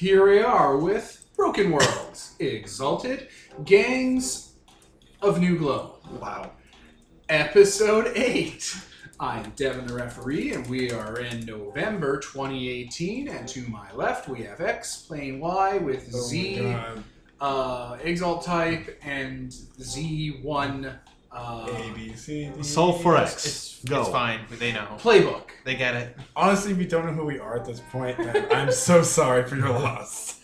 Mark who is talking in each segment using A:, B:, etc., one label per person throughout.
A: we are with Broken Worlds, Exalted, Gangs of New Glow,
B: Wow.
A: Episode 8. I am Devin the referee, and we are in November 2018. And to my left, we have X playing Y with
B: Oh my
A: Z,
B: God.
A: uh, Exalt type, and Z1 uh,
B: A, B, C, D.
C: Solve for X.
D: It's,
C: Go.
D: it's fine. They know.
A: playbook.
D: They get it.
B: Honestly, if you don't know who we are at this point, then I'm so sorry for your loss.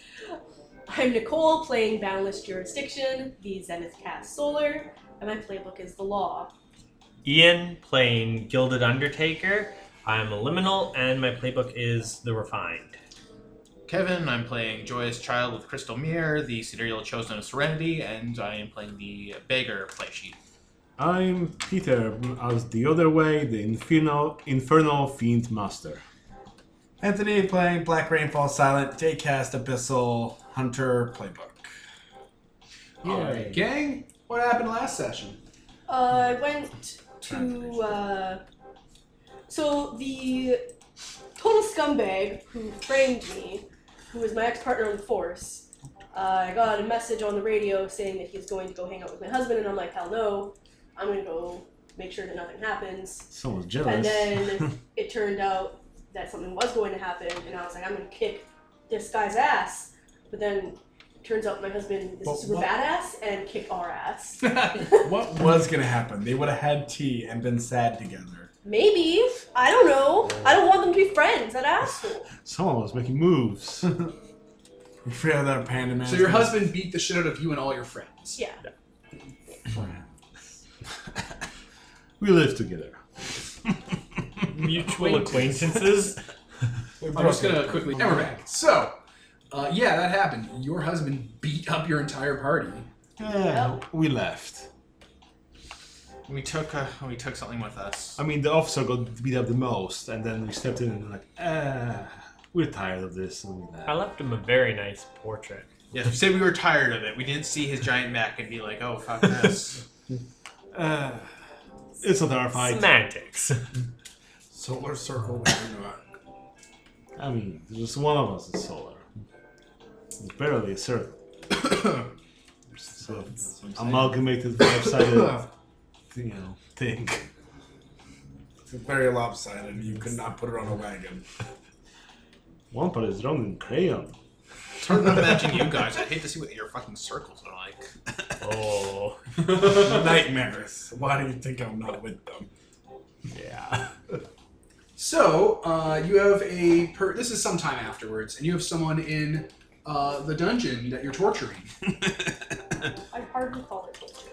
E: I'm Nicole, playing Boundless Jurisdiction, the Zenith Cast Solar, and my playbook is The Law.
F: Ian playing Gilded Undertaker. I'm a liminal, and my playbook is The Refined.
D: Kevin, I'm playing Joyous Child with Crystal Mirror, the Sidereal Chosen of Serenity, and I am playing the Beggar play sheet.
C: I'm Peter, as the other way, the Inferno, Inferno Fiend Master.
B: Anthony playing Black Rainfall Silent, J-Cast Abyssal, Hunter Playbook.
A: Alright, gang, what happened last session?
E: Uh, I went to. Uh, so the total scumbag who framed me, who was my ex partner in the Force, uh, I got a message on the radio saying that he's going to go hang out with my husband, and I'm like, hell no, I'm gonna go make sure that nothing happens.
C: Someone's jealous.
E: And then it turned out that something was going to happen, and I was like, I'm gonna kick this guy's ass. But then it turns out my husband is
B: But
E: a super
B: what-
E: badass and kicked our ass.
B: What was gonna happen? They would have had tea and been sad together.
E: Maybe. I don't know. I don't want them to be friends, that asshole.
C: Someone was making moves.
B: We figured out Panda Man.
A: so your husband beat the shit out of you and all your friends.
E: Yeah.
C: we live together.
F: Mutual acquaintances.
A: I'm just gonna quickly. And we're back. So, uh, yeah, that happened. Your husband beat up your entire party.
C: Yeah, we left.
D: We took uh, we took something with us.
C: I mean, the officer got beat up the most, and then we stepped in and like, ah, we're tired of this and we
F: I
C: left.
F: left him a very nice portrait.
D: Yes, we said we were tired of it. We didn't see his giant back and be like, oh fuck this.
C: Ah, it's not our fight.
F: Semantics.
B: Solar Circle. whatever you want.
C: I mean, just one of us is solar. It's barely a circle. so, amalgamated five-sided, you know, thing.
B: It's very lopsided. You could not put it on a wagon.
C: One part is drawn in crayon.
D: Sort of imagine you guys. I'd hate to see what your fucking circles are like.
F: Oh,
B: Nightmares. Why do you think I'm not with them?
F: yeah.
A: So, uh, you have a. Per- this is sometime afterwards, and you have someone in uh, the dungeon that you're torturing.
E: I hardly call it torture.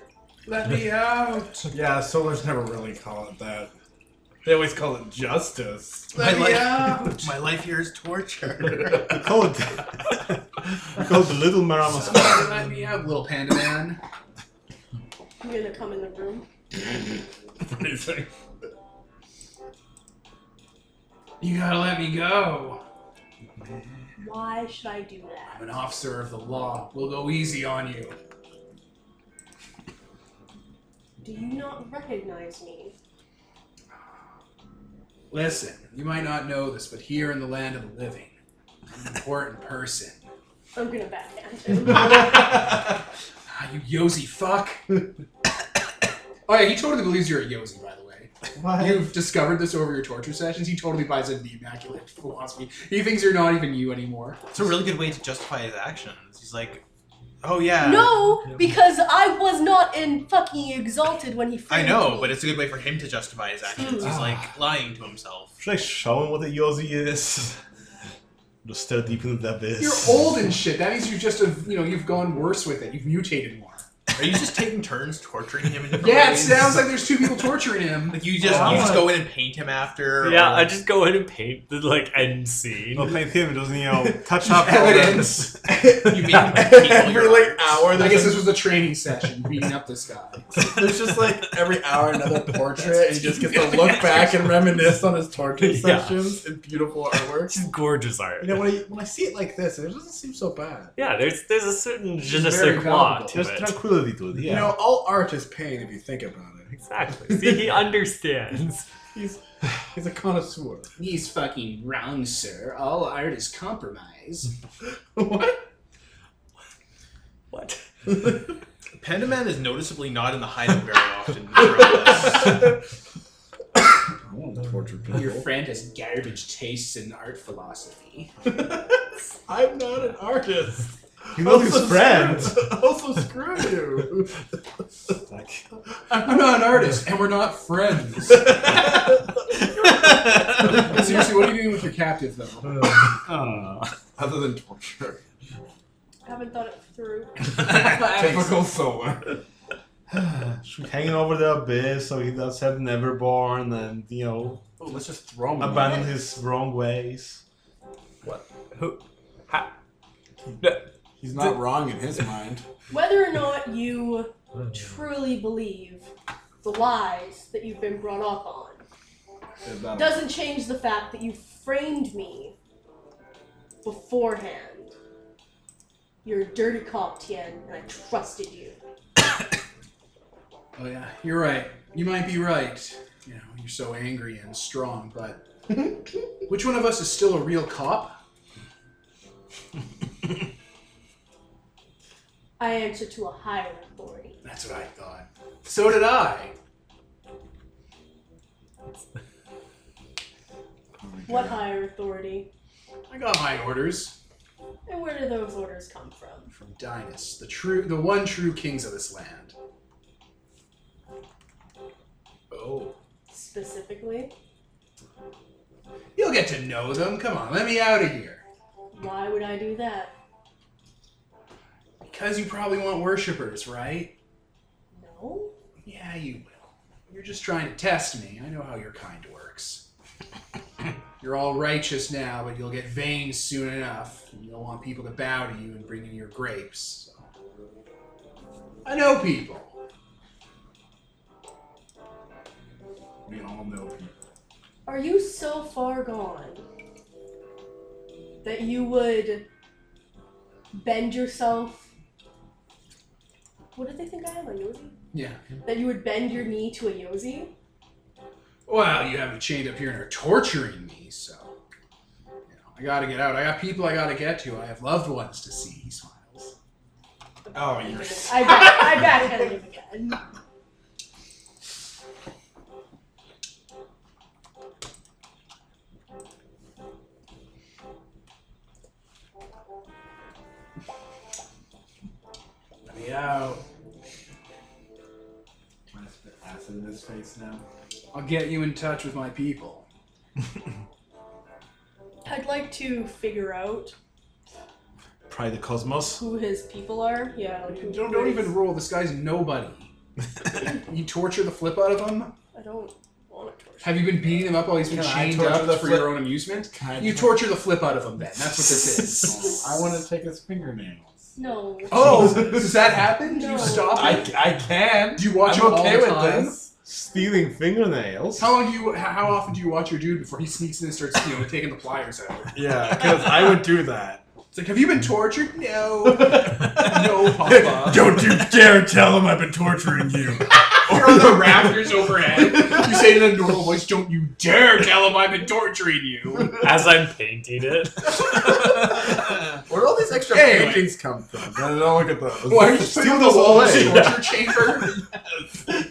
A: Let me out!
B: Yeah, solars never really call it that. They always call it justice.
D: My
A: Let me out!
D: life, my life here is torture.
C: We call it, we call it the Little Marama Squad.
A: Somebody let me out, little panda man.
E: I'm gonna come in the room.
B: Amazing.
A: You gotta let me go.
E: Why should I do
A: I'm an
E: that?
A: officer of the law. We'll go easy on you.
E: Do you not recognize me?
A: Listen, you might not know this, but here in the land of the living, I'm an important person.
E: I'm gonna backhand him.
A: Ah, you yosi fuck. oh yeah, he totally believes you're a yosi, by the way. You've discovered this over your torture sessions. He totally buys into the immaculate philosophy. He thinks you're not even you anymore.
D: It's a really good way to justify his actions. He's like, oh yeah.
E: No, because I was not in fucking exalted when he
D: I
E: framed
D: know,
E: me.
D: but it's a good way for him to justify his actions. He's like lying to himself.
C: Should I show him what a Yosi is? Just stare deep into the abyss.
A: You're old and shit. That means you just have, you know, you've gone worse with it. You've mutated more.
D: Are you just taking turns torturing him? In different
A: Yeah, it
D: ways?
A: sounds like there's two people torturing him.
D: Like you just you just go in and paint him after.
F: Yeah,
D: or-
F: I just go in and paint the like end
C: Not
F: scene.
B: Oh.
C: paint him, just, you know, touch up
A: Evidence.
D: you make him paint all your arms.
B: hour,
A: I guess this was a training session, beating up this guy.
B: there's just like every hour another portrait, and he just gets to look back and reminisce on his torture
F: Yeah.
B: sessions and beautiful
F: It's
B: artwork.
F: just gorgeous art.
B: You know, when I, when I see it like this, it doesn't seem so bad.
F: Yeah, there's there's a certain je ne
A: very
F: sais quoi
A: valuable.
F: to
C: There's
F: it.
C: tranquility to it, yeah.
B: You know, all art is pain if you think about it.
F: Exactly. See, he understands.
B: He's He's a connoisseur.
G: He's fucking wrong, sir. All art is compromise.
B: what?
F: What?
D: Pandaman is noticeably not in the hideout very often. throughout this.
H: I want to torture people.
G: Your friend has garbage tastes and art philosophy.
B: I'm not an artist.
C: He knows his friend.
B: Also, screw you.
C: Like,
A: I'm not an artist, and we're not friends. Seriously, what are you doing with your captive, though?
C: uh,
H: Other than torture.
E: I haven't thought it through.
H: Typical solar.
C: she's hanging over the abyss, so he does have Neverborn, and you know,
G: Oh, let's just throw him.
C: abandon his wrong ways.
F: Who? Ha,
H: He's not wrong in his mind.
E: Whether or not you
B: Hmm.
E: truly believe the lies that you've been brought up on doesn't change the fact that you framed me beforehand. You're a dirty cop, Tien, and I trusted you.
A: Oh yeah, you're right. You might be right. You know, you're so angry and strong, but which one of us is still a real cop?
E: I answer to a higher authority.
A: That's what I thought. So did I.
E: What higher authority?
A: I got my orders
E: And where do those orders come from?
A: from Dinas, the true, the one true kings of this land.
G: Oh.
E: Specifically,
A: You'll get to know them. Come on, let me out of here.
E: why would I do that?
A: Because you probably want worshippers, right?
E: No?
A: Yeah, you will. You're just trying to test me. I know how your kind works. You're all righteous now, but you'll get vain soon enough. And you'll want people to bow to you and bring in your grapes. I know people.
H: We all know people.
E: Are you so far gone that you would bend yourself? What did they think I am, a Yosi?
A: Yeah.
E: That you would bend your knee to a Yosi?
A: Well, you have me chained up here and are torturing me, so. You know, I gotta get out. I got people I gotta get to. I have loved ones to see, he smiles.
B: Oh, you're.
E: I back, I backhanded him again.
A: Let me out.
H: Can I spit acid in his face now?
A: I'll get you in touch with my people.
E: I'd like to figure out
C: Pry the cosmos.
E: who his people are. Yeah. like who-
A: Don't,
E: who
A: don't
E: his-
A: even roll. This guy's nobody. you torture the flip out of him?
E: I don't want to torture.
A: Have you been beating him up while he's been
B: Can I
A: chained
B: torture
A: up
B: the
A: for
B: flip?
A: your own amusement?
H: Can I
A: You
H: try-
A: torture the flip out of him then. That's what this is.
H: I want to take his fingernails.
E: No.
A: oh, does that happen? Do you
E: No.
A: stop
H: I,
A: it?
H: I can.
A: Do you watch
H: I'm
A: him
H: okay
A: all the
H: with
A: time?
H: this.
C: Stealing fingernails.
A: How long do you? How how often do you watch your dude before he sneaks in and starts, you know, taking the pliers out?
C: Yeah, because I would do that.
A: It's like, have you been tortured? No, no, Papa.
H: Don't you dare tell him I've been torturing you.
A: You're on the rafters overhead. You say in a normal voice, "Don't you dare tell him I've been torturing you."
F: as I'm painting it.
H: Where all these extra
A: Anyway.
H: paintings come from? I don't look at those.
A: Why are you putting
C: Steal
A: up
C: the
A: the wall as a
C: wallet.
A: torture chamber?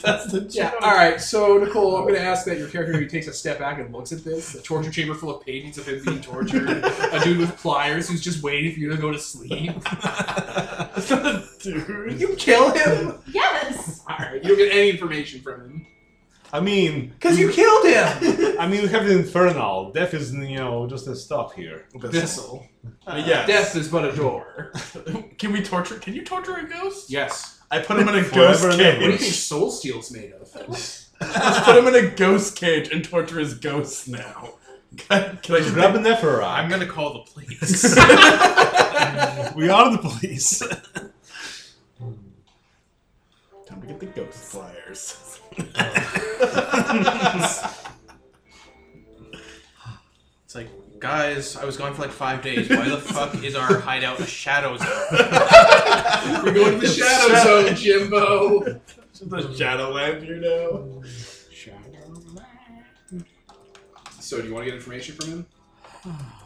H: That's the
A: Yeah,
H: joke.
A: all right. So Nicole, I'm going to ask that your character who takes a step back and looks at this, a torture chamber full of paintings of him being tortured, a dude with pliers who's just waiting for you to go to sleep.
H: Dude.
A: You kill him?
E: Yes!
A: All right, you don't get any information from him
C: I mean,
A: because you killed him.
C: I mean, we have the infernal. Death is, you know, just a stuff here.
A: Thistle.
H: yes.
A: Death is but a door.
H: Can we torture? Can you torture a ghost?
A: Yes.
H: I put him in a
C: Forever
H: ghost
C: and ever.
A: What do you
H: cage.
A: think Soul Steel's made of?
H: Let's put him in a ghost cage and torture his ghosts now. Can, can I
C: Just
H: just
C: grab an Ephora.
D: I'm gonna call the police.
C: We are the police.
H: Time to get the ghost flyers.
D: It's like, guys, I was gone for like five days. Why the fuck is our hideout a shadow zone?
A: We're going to the Shadow Zone, Jimbo.
H: Just a shadow land, you know.
A: So do you want to get information from him?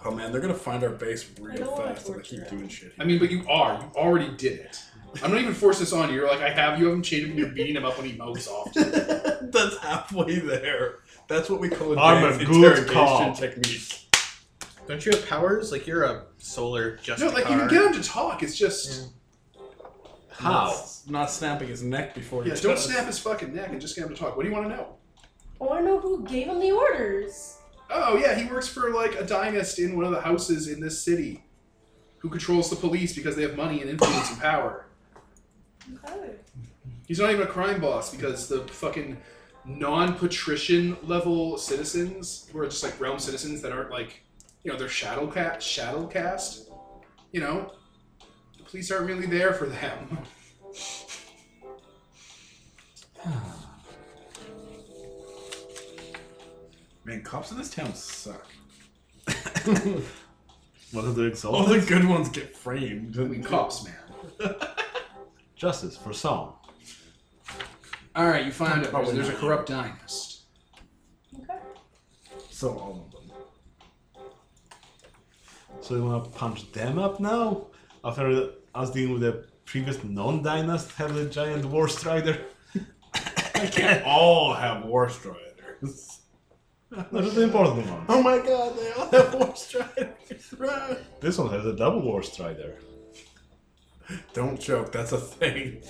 H: Oh man, they're gonna find our base
E: I
H: real
E: don't wanna
H: fast if they keep
E: torture.
H: doing shit.
A: I mean, but you are. You already did it. I'm not even forcing this on you. You're like, I have you. I'm chaining You're beating him up when he mows off.
H: That's halfway there. That's what we call
C: I'm a
H: advanced
C: good
H: interrogation
C: cop.
H: technique.
D: Don't you have powers? Like you're a solar just
A: No, like you can get him to talk. It's just
H: Not, s- not snapping his neck before.
A: yeah,
H: he
A: don't
H: does.
A: snap his fucking neck and just get him to talk. What do you want to know?
E: I want to know who gave him the orders.
A: Oh yeah, he works for like a dynast in one of the houses in this city, who controls the police because they have money and influence and power.
E: Okay.
A: He's not even a crime boss because the fucking non-patrician level citizens who are just like realm citizens that aren't like, you know, they're shadow cast, shadow cast. You know, the police aren't really there for them.
H: Man, cops in this town suck.
C: One of the
H: All
C: exalted.
H: the good ones get framed.
A: I mean, cops, man.
C: Justice for some.
A: All right, you find out there's,
H: Probably
A: there's a
H: not.
A: corrupt dynast.
E: Okay.
H: So all of them.
C: So you want to punch them up now? After us dealing with the previous non-dynast had the giant war strider.
H: They can't all have war striders.
C: That's the important one.
H: Oh my god, they all have war striders. Run.
C: This one has a double war strider.
H: Don't joke. That's a thing.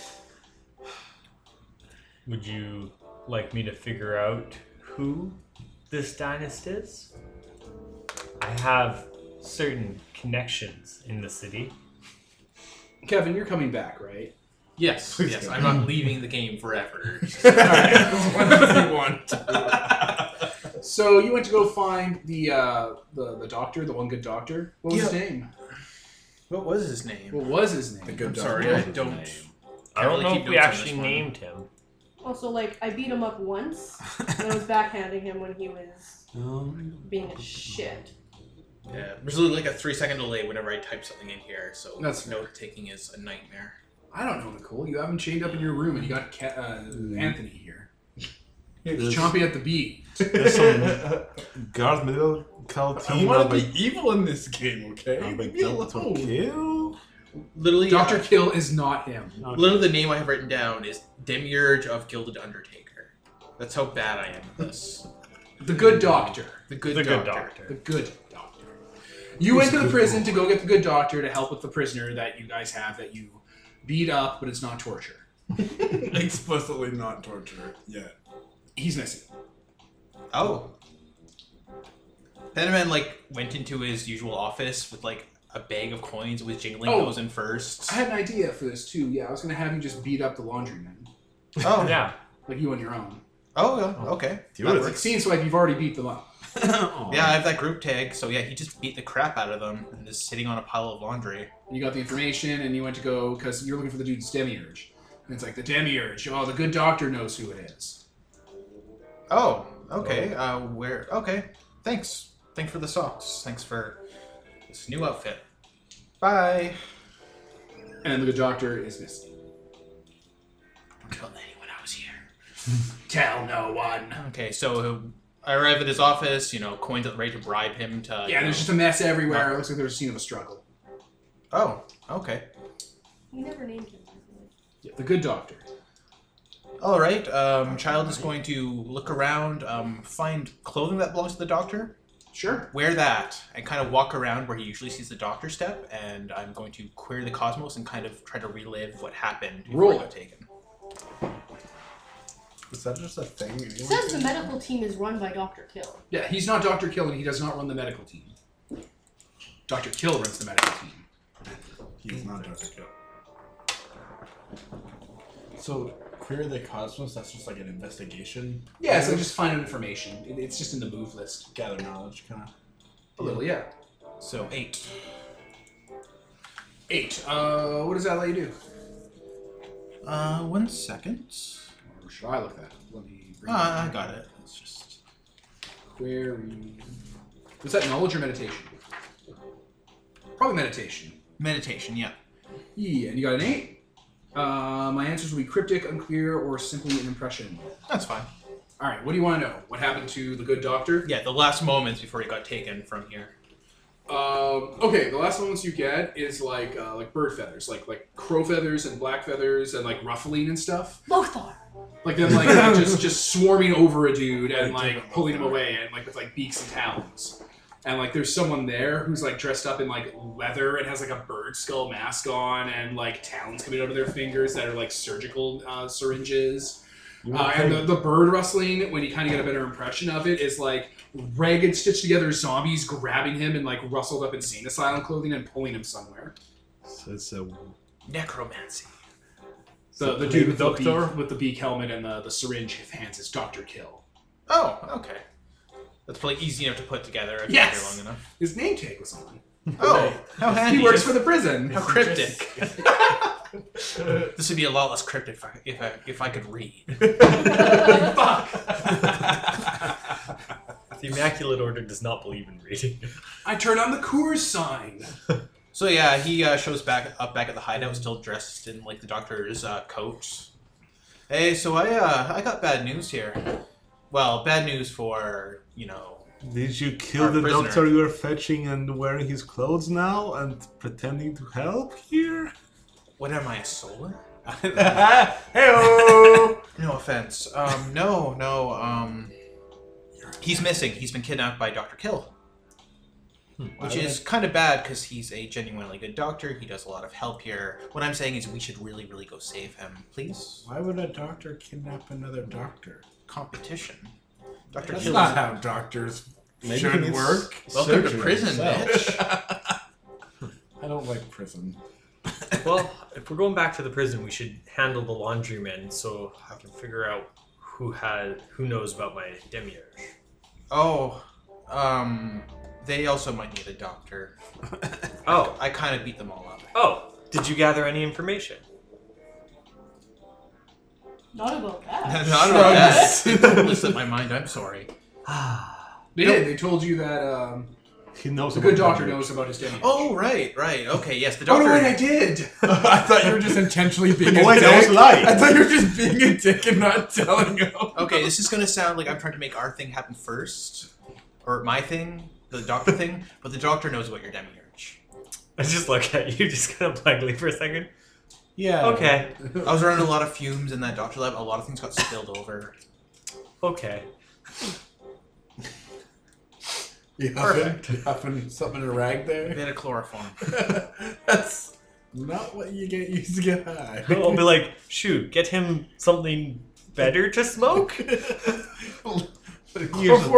F: Would you like me to figure out who this dynast is? I have certain connections in the city.
A: Kevin, you're coming back, right?
D: Yes, yes. I'm not leaving the game forever.
A: So you went to go find the uh, the the doctor, the one good doctor. What was his name?
D: what was his name?
A: What was his name?
H: The good
D: I'm
H: doctor.
D: sorry, I don't.
F: I
D: Can't
F: don't
D: really
F: know
D: keep
F: if we
D: notes on this
F: actually
D: one.
F: named him.
E: Also, like, I beat him up once, and I was backhanding him when he was being a shit.
D: Yeah, there's literally like a three second delay whenever I type something in here, so
A: That's fair.
D: note taking is a nightmare.
A: I don't know, Nicole. You haven't chained up in your room, and you got Ca- uh, Anthony here.
C: There's-
A: He's chomping at the bee.
C: There's some guard medical
H: I
C: team
H: want
C: up
H: to
C: by,
H: be evil in this game, okay?
C: up by
H: Leave me
C: Doctor
H: alone.
C: Kill.
D: Literally, uh,
A: Doctor Kill is not him.
D: Literally, the name I have written down is Demiurge of Gilded Undertaker. That's how bad I am at this.
A: The good doctor.
D: The good
F: The
D: doctor.
F: good doctor.
A: The good doctor. You went to the prison to go get the good doctor to help with the prisoner that you guys have that you beat up, but it's not torture.
H: Explicitly not torture yet.
A: He's missing.
D: Oh. Panaman like went into his usual office with like a bag of coins with jingling
A: Oh.
D: those in first.
A: I had an idea for this too. Yeah, I was gonna have you just beat up the laundryman,
D: Oh
F: Yeah.
A: like you on your own.
D: Oh yeah. Okay.
C: Do
D: That
C: it.
D: works.
A: Seems like you've already beat them up.
D: Yeah, I have that group tag. So yeah, he just beat the crap out of them and is sitting on a pile of laundry.
A: You got the information, and you went to go because you're looking for the dude's demiurge. And it's like the demiurge. Oh, the good doctor knows who it is.
D: Oh. Okay. Uh, where? Okay. Thanks. Thanks for the socks. Thanks for this new outfit. Bye.
A: And the good doctor is missing.
D: Don't tell anyone I was here.
A: Tell no one.
D: Okay, so I arrive at his office, you know, coins up ready to bribe him to.
A: Yeah, there's just a mess everywhere.
D: Uh,
A: It looks like there's a scene of a struggle.
D: Oh, okay.
E: We never named him. by the way.
A: The good doctor.
D: All right. Um, child is going to look around, um, find clothing that belongs to the doctor,
A: Sure.
D: wear that, and kind of walk around where he usually sees the doctor step. And I'm going to query the cosmos and kind of try to relive what happened. before
A: Roll
D: I got
A: it.
D: Taken.
H: Is that just a thing? you
E: It
H: do?
E: says the medical team is run by Dr. Kill.
A: Yeah, he's not Doctor Kill, and he does not run the medical team. Doctor Kill runs the medical team.
H: He's not Doctor Kill. So, queer the cosmos. That's just like an investigation,
A: Yeah, so just finding information. It- It's just in the move list.
H: gather knowledge, kind of.
A: A little, yeah.
D: So eight.
A: Eight. Uh, what does that let you do?
D: Uh, one second.
A: Or should I look that up? Let me bring
D: Ah, I got it. It's just.
A: query. Was that knowledge or meditation? Probably meditation.
D: Meditation, yeah.
A: Yeah, E, and you got an eight. Uh, my answers will be cryptic, unclear, or simply an impression.
D: That's fine.
A: All right, what do you want to know? What happened to the good doctor?
D: Yeah, the last moments before he got taken from here.
A: Um, okay, the last ones you get is like uh, like bird feathers, like like crow feathers and black feathers and like ruffling and stuff.
E: Lothar.
A: Like them like just just swarming over a dude and like pulling him away and like with like beaks and talons. And like there's someone there who's like dressed up in like leather and has like a bird skull mask on and like talons coming out of their fingers that are like surgical uh, syringes.
C: You
A: Uh,
C: wanna
A: and
C: play-
A: the, the bird rustling, when you kind of get a better impression of it, is like ragged, stitched together zombies grabbing him and like rustled up insane asylum clothing and pulling him somewhere.
C: so it's a
D: Necromancy.
A: The, the
C: Play
A: dude
C: the
A: with the,
C: doctor?
A: beak, with the beak helmet and the, the syringe hands is Dr. Kill.
D: Oh, okay. That's probably easy enough to put together if
A: Yes!
D: you're long enough.
A: His name tag was on.
D: Oh, how handy.
A: He works for the prison.
D: How cryptic. this would be a lot less cryptic if I if I, if I could read.
F: The Immaculate Order does not believe in reading.
A: I turn on the Coors sign.
D: So yeah, he uh, shows back up back at the hideout, still dressed in like the doctor's uh, coat. Hey, so I uh, I got bad news here. Well, bad news for you know.
C: Did you kill
D: Our
C: the
D: prisoner.
C: doctor you were fetching and wearing his clothes now and pretending to help here?
D: What am I, a solar?
B: Hey,
D: No offense. Um, no, no. Um, he's missing. He's been kidnapped by Doctor Kill, which is kind of bad because he's a genuinely good doctor. He does a lot of help here. What I'm saying is, we should really, really go save him, please.
B: Why would a doctor kidnap another doctor?
D: Competition. Doctor
B: That's
D: Kill.
B: not
D: is-
B: how doctors
C: Maybe he
B: should
C: needs
B: work.
D: Welcome to
C: surgery
D: prison,
C: himself.
D: bitch.
B: I don't like prison.
F: well, if we're going back to the prison, we should handle the laundryman so I can figure out who had who knows about my demiurge.
D: Oh, um, they also might need a doctor.
F: Oh,
D: I kind of beat them all up.
F: oh! Did you gather any information?
E: Not about that.
D: Not about that. It slipped my mind. I'm sorry.
A: They did. They told you that um,
C: He knows
A: the good
C: about
A: doctor
C: that.
A: knows about his damage.
D: Oh, right, right. Okay, yes, the
A: Oh,
D: doctor.
A: no, wait, I did.
B: I thought you were just intentionally being a
C: Wait,
B: dick.
C: that was a lie.
B: I thought you were just being a dick and not telling him.
D: Okay, this is gonna sound like I'm trying to make our thing happen first, or my thing, the doctor thing, but the doctor knows about your demiurge.
F: I just look at you, just kind of blankly for a second.
B: Yeah.
F: Okay,
D: I was around a lot of fumes in that doctor lab. A lot of things got spilled over.
F: okay.
B: You
D: Perfect.
B: huffing, huffing something in a rag
D: They
B: there.
D: had a chloroform.
B: That's not what you get used to get high.
F: I'll be like, shoot, get him something better to smoke.
A: Before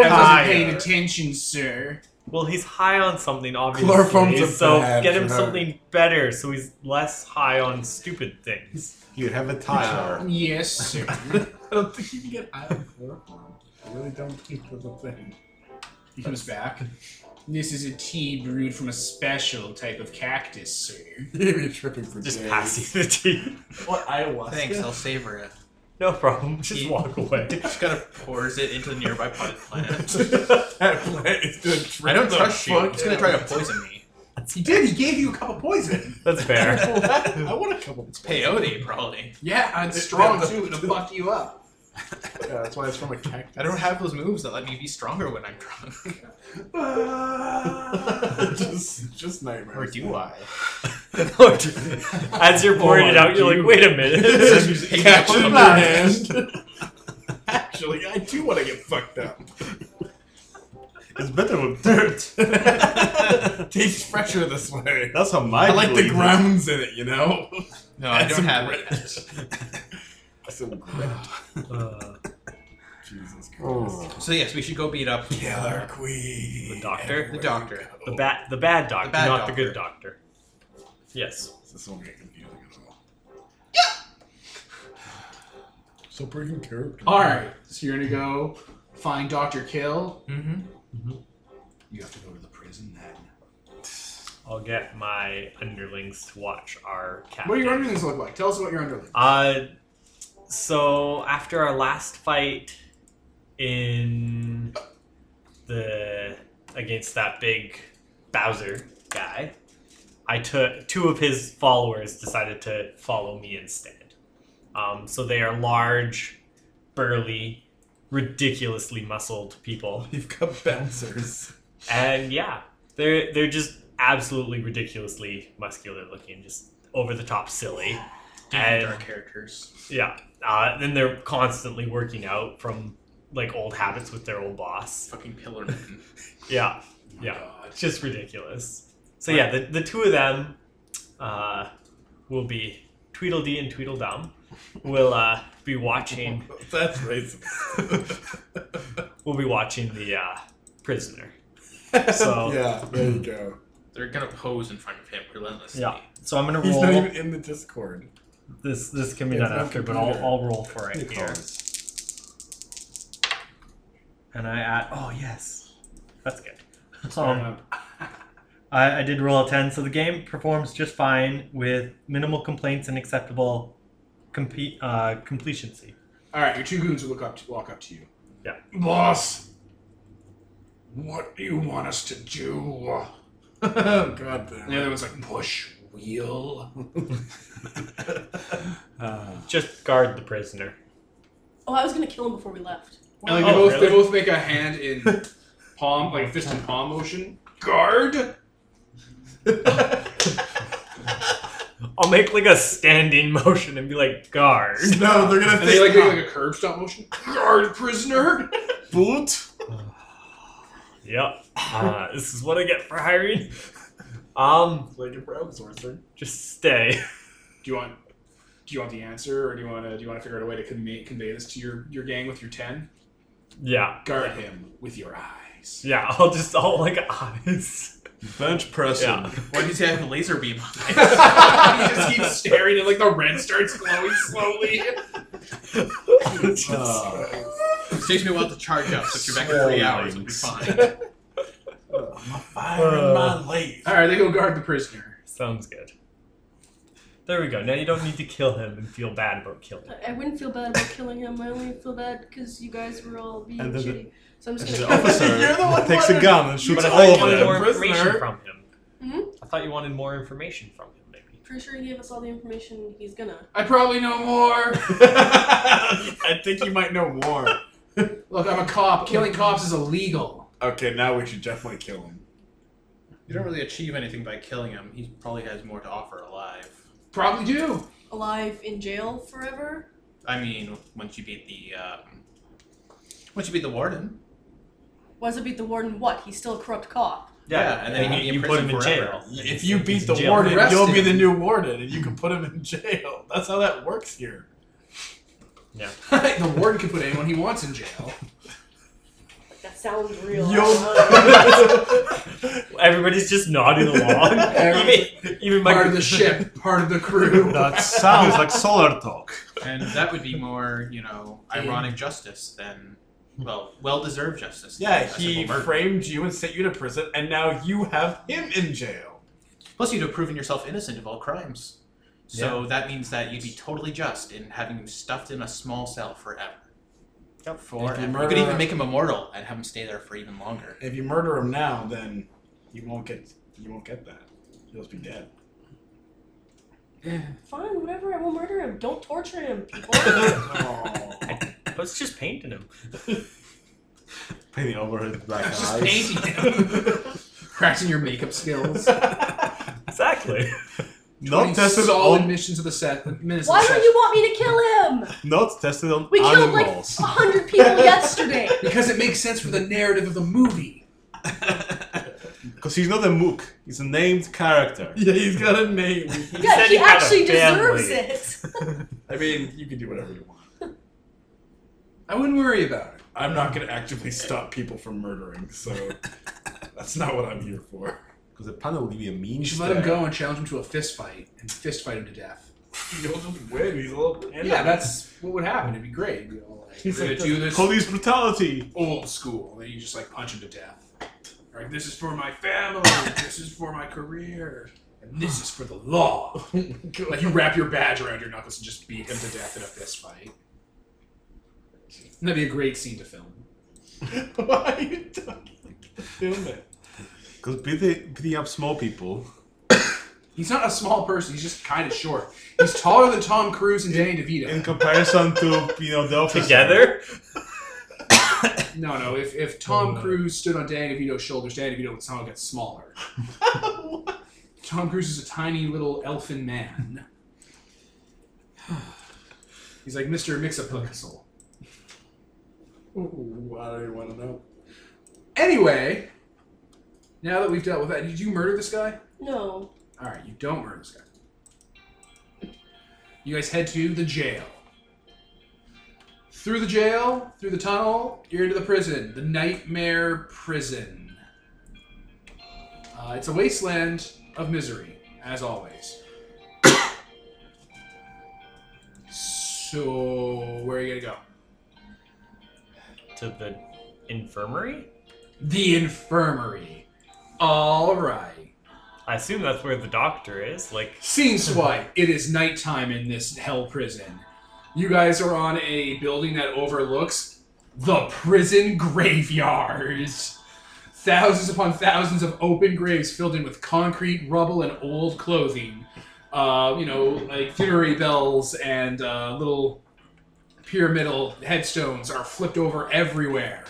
A: I
F: Ah,
A: wasn't paying
F: yeah.
A: attention, sir.
F: Well, he's high on something, obviously.
B: Chloroform's a
F: so
B: bad
F: get him
B: drug.
F: something better, so he's less high on stupid things.
C: You have a tire.
A: Yes, sir.
B: I don't think you can get high on chloroform. I really don't think that's a thing.
A: He comes back. This is a tea brewed from a special type of cactus, sir.
B: You're gonna be tripping for
F: Just
B: days.
F: passing the tea.
B: What ayahuasca?
D: Thanks, I'll savor it.
F: No problem. Just walk away.
D: Just kind of pours it into the nearby potted plant.
B: That plant is gonna
D: I
B: trip
D: don't
B: the
D: trust you.
B: fuck
D: It's gonna
B: out
D: try to
B: of
D: poison me.
A: He did. He gave you a cup of poison.
F: That's fair.
B: me. I want a couple.
D: It's peyote, probably.
A: Yeah, and it's strong too. It'll fuck you up.
B: Yeah, that's why it's from a cactus.
D: I don't have those moves that let me be stronger when I'm drunk.
B: just, just nightmares.
D: or do I?
F: As you're pouring it out, you're like, wait a minute.
B: Catch it in your hand. Actually, I do want to get fucked up.
C: It's better with dirt.
B: Tastes fresher this way.
C: That's how my
B: I like the
C: belief is.
B: grounds in it, you know.
D: No, I
B: Add
D: don't
B: some
D: have
B: grit.
D: it.
B: Some grit.
F: Uh,
B: Jesus Christ.
D: So yes, we should go beat up
B: Killer Queen.
F: The doctor?
D: the doctor.
F: the bad, the bad doctor,
D: bad
F: not the good doctor. Yes.
B: This won't get confusing at all. Yeah. So breaking character.
A: All right, so you're gonna go find Doctor Kill.
D: Mm-hmm.
A: You have to go to the prison then.
F: I'll get my underlings to watch our cat.
A: What do your underlings look like? Tell us about your underlings.
F: Uh, so after our last fight in the against that big Bowser guy, I took two of his followers decided to follow me instead. Um, so they are large, burly, ridiculously muscled people.
B: You've got bouncers.
F: And yeah, they're they're just absolutely ridiculously muscular looking, just over the top silly.
D: Different
F: And-
D: dark characters.
F: Yeah. Uh, then they're constantly working out from like old habits with their old boss.
D: Fucking pillar men.
F: Yeah. Yeah. It's just ridiculous. So yeah, the, the two of them uh, will be Tweedledee and Tweedledum will uh, be watching
B: Oh, That's racist.
F: we'll be watching the uh, prisoner. So yeah.
B: yeah, there you go.
D: They're gonna pose in front of him relentlessly.
F: So I'm gonna
B: He's
F: roll
B: not even in the Discord.
F: this this can be
B: It's
F: done
B: on
F: after, but I'll,
B: computer.
F: I'll roll for it
B: He
F: here.
B: calls.
F: And I add oh yes. That's good. So I, I did roll a 10, so the game performs just fine with minimal complaints and acceptable compete, uh, completioncy.
A: All right, your two goons will look up to, walk up to you.
F: Yeah.
A: Boss, what do you want us to do?
B: oh god damn.
A: And the other one's like, push wheel.
F: Just guard the prisoner.
E: Oh, I was gonna kill him before we left.
A: And like, they,
F: Oh,
A: both,
F: really?
A: they both make a hand in palm, like fist and palm motion. Guard.
F: I'll make like a standing motion and be like, guard.
B: No, they're gonna
A: And they like
B: think
A: make like a curb stop motion. Guard prisoner.
B: boot.
F: Yep. Uh, this is what I get for hiring. Um,
B: Like a problem sourcing.
F: just stay.
A: Do you want? Do you want the answer, or do you want to? Do you want to figure out a way to convey, convey this to your your gang with your ten?
F: Yeah,
A: Guard him with your eyes.
F: yeah. I'll just all like eyes.
C: Bench pressing.
F: Yeah.
D: Why does he have a laser beam? he just keeps staring, and like the red starts glowing slowly.
B: Uh.
C: Oh,
D: It takes me a while to charge up, so if you're back in three hours, it'll be fine.
B: Fire in
C: Uh,
B: my leg.
A: All right, they go guard the prisoner.
F: Uh, Sounds good. There we go. Now you don't need to kill him and feel bad about killing him.
E: I, I wouldn't feel bad about killing him. I only feel bad because you guys were all being
C: And then the-
E: shitty. So I'm
C: and
E: just
C: the
E: gonna.
C: officer
B: You're the one
C: takes
B: wanted-
C: a gun and shoots
F: But I
C: all
F: thought you
C: of
F: wanted
C: them.
F: more information
B: prisoner.
F: from him.
E: Mhm.
F: I thought you wanted more information from him, maybe.
E: Pretty sure he gave us all the information he's gonna.
A: I probably know more.
B: I think you might know more.
A: Look, I'm a cop. Killing cops is illegal.
B: Okay, now we should definitely kill him.
D: You don't really achieve anything by killing him. He probably has more to offer alive.
A: Probably do.
E: Alive in jail forever.
D: I mean, once you beat the, um, once you beat the warden.
E: Why does it beat the warden? What? He's still a corrupt cop.
D: and then
F: you,
D: he'd be in
F: you put
D: prison
F: him in
D: forever.
F: jail.
B: If you
F: He's
B: beat
F: in
B: the
F: jail.
B: warden,
A: Arrest
B: you'll be
A: him.
B: the new warden, and you can put him in jail. That's how that works here.
A: the warden can put anyone he wants in jail.
E: Like, that sounds real.
F: Everybody's just nodding along. even, even my
A: Part of the ship, part of the crew.
C: That sounds like solar talk.
D: And that would be more, you know, ironic justice than, well, well-deserved justice. than
B: Yeah,
D: a simple
B: he
D: murder.
B: framed you and sent you to prison, and now you have him in jail.
D: Plus, you'd have proven yourself innocent of all crimes. So that means that you'd be totally just in having him stuffed in a small cell forever.
F: Yep.
D: Forever.
B: If you
D: you could even
B: murder-
D: make him immortal and have him stay there for even longer.
B: If you murder him now, then you won't get you won't get that. You'll just be dead.
E: Fine, whatever. I will murder him. Don't torture him, people.
B: Oh.
F: Let's just painting him.
C: Painting over his black
A: Just
C: eyes.
A: painting him. Practicing your makeup skills.
F: Exactly.
A: Twenty
C: Not tested
A: solid
C: on.
A: missions of the set. Minutes
E: Why
A: of the
E: don't
A: session.
E: you want me to kill him?
C: Not tested on
E: We killed like a
C: animals.
E: hundred people yesterday.
A: Because it makes sense for the narrative of the movie.
C: Because he's not a mook. He's a named character.
B: yeah, he's got a name.
E: yeah,
F: said
E: he
F: he had a
E: actually deserves
F: family.
E: it.
B: I mean, you can do whatever you want.
A: I wouldn't worry about it.
B: I'm not gonna actively stop people from murdering, so that's not what I'm here for.
C: Because the panel will give you a mean
A: You should let him go and challenge him to a fist fight and fist fight him to death.
B: You'll just win. He's a little
A: Yeah, that's what would happen. It'd be great. It'd be all like,
B: He's
A: we're
B: like
A: gonna do this
C: Police brutality.
A: old school. And then you just like punch him to death. Like this is for my family. this is for my career. And this is for the law. like you wrap your badge around your knuckles and just beat him to death in a fist fight. And that'd be a great scene to film.
B: Why are you talking like that? Film it.
C: Because beating, beating up small people.
A: He's not a small person. He's just kind of short. He's taller than Tom Cruise and Danny DeVito.
C: In comparison to, you know, the officer.
F: Together?
A: No, no. If, if Tom Cruise stood on Dan DeVito's shoulders, Dan DeVito would somehow get smaller. Tom Cruise is a tiny little elfin man. He's like Mr. Mixapixel.
H: Ooh, I don't even want to know.
A: Anyway, now that we've dealt with that, did you murder this guy?
E: No.
A: All right, you don't murder this guy. You guys head to the jail. Through the jail, through the tunnel, you're into the prison, the nightmare prison. Uh, it's a wasteland of misery, as always. so, where are you gonna go?
F: to the infirmary.
A: The infirmary. All right.
F: I assume that's where the doctor is. Like,
A: Scene swipe. It is nighttime in this hell prison. You guys are on a building that overlooks the prison graveyard. Thousands upon thousands of open graves filled in with concrete, rubble, and old clothing. Uh, you know, like funerary bells and uh, little pyramidal headstones are flipped over everywhere.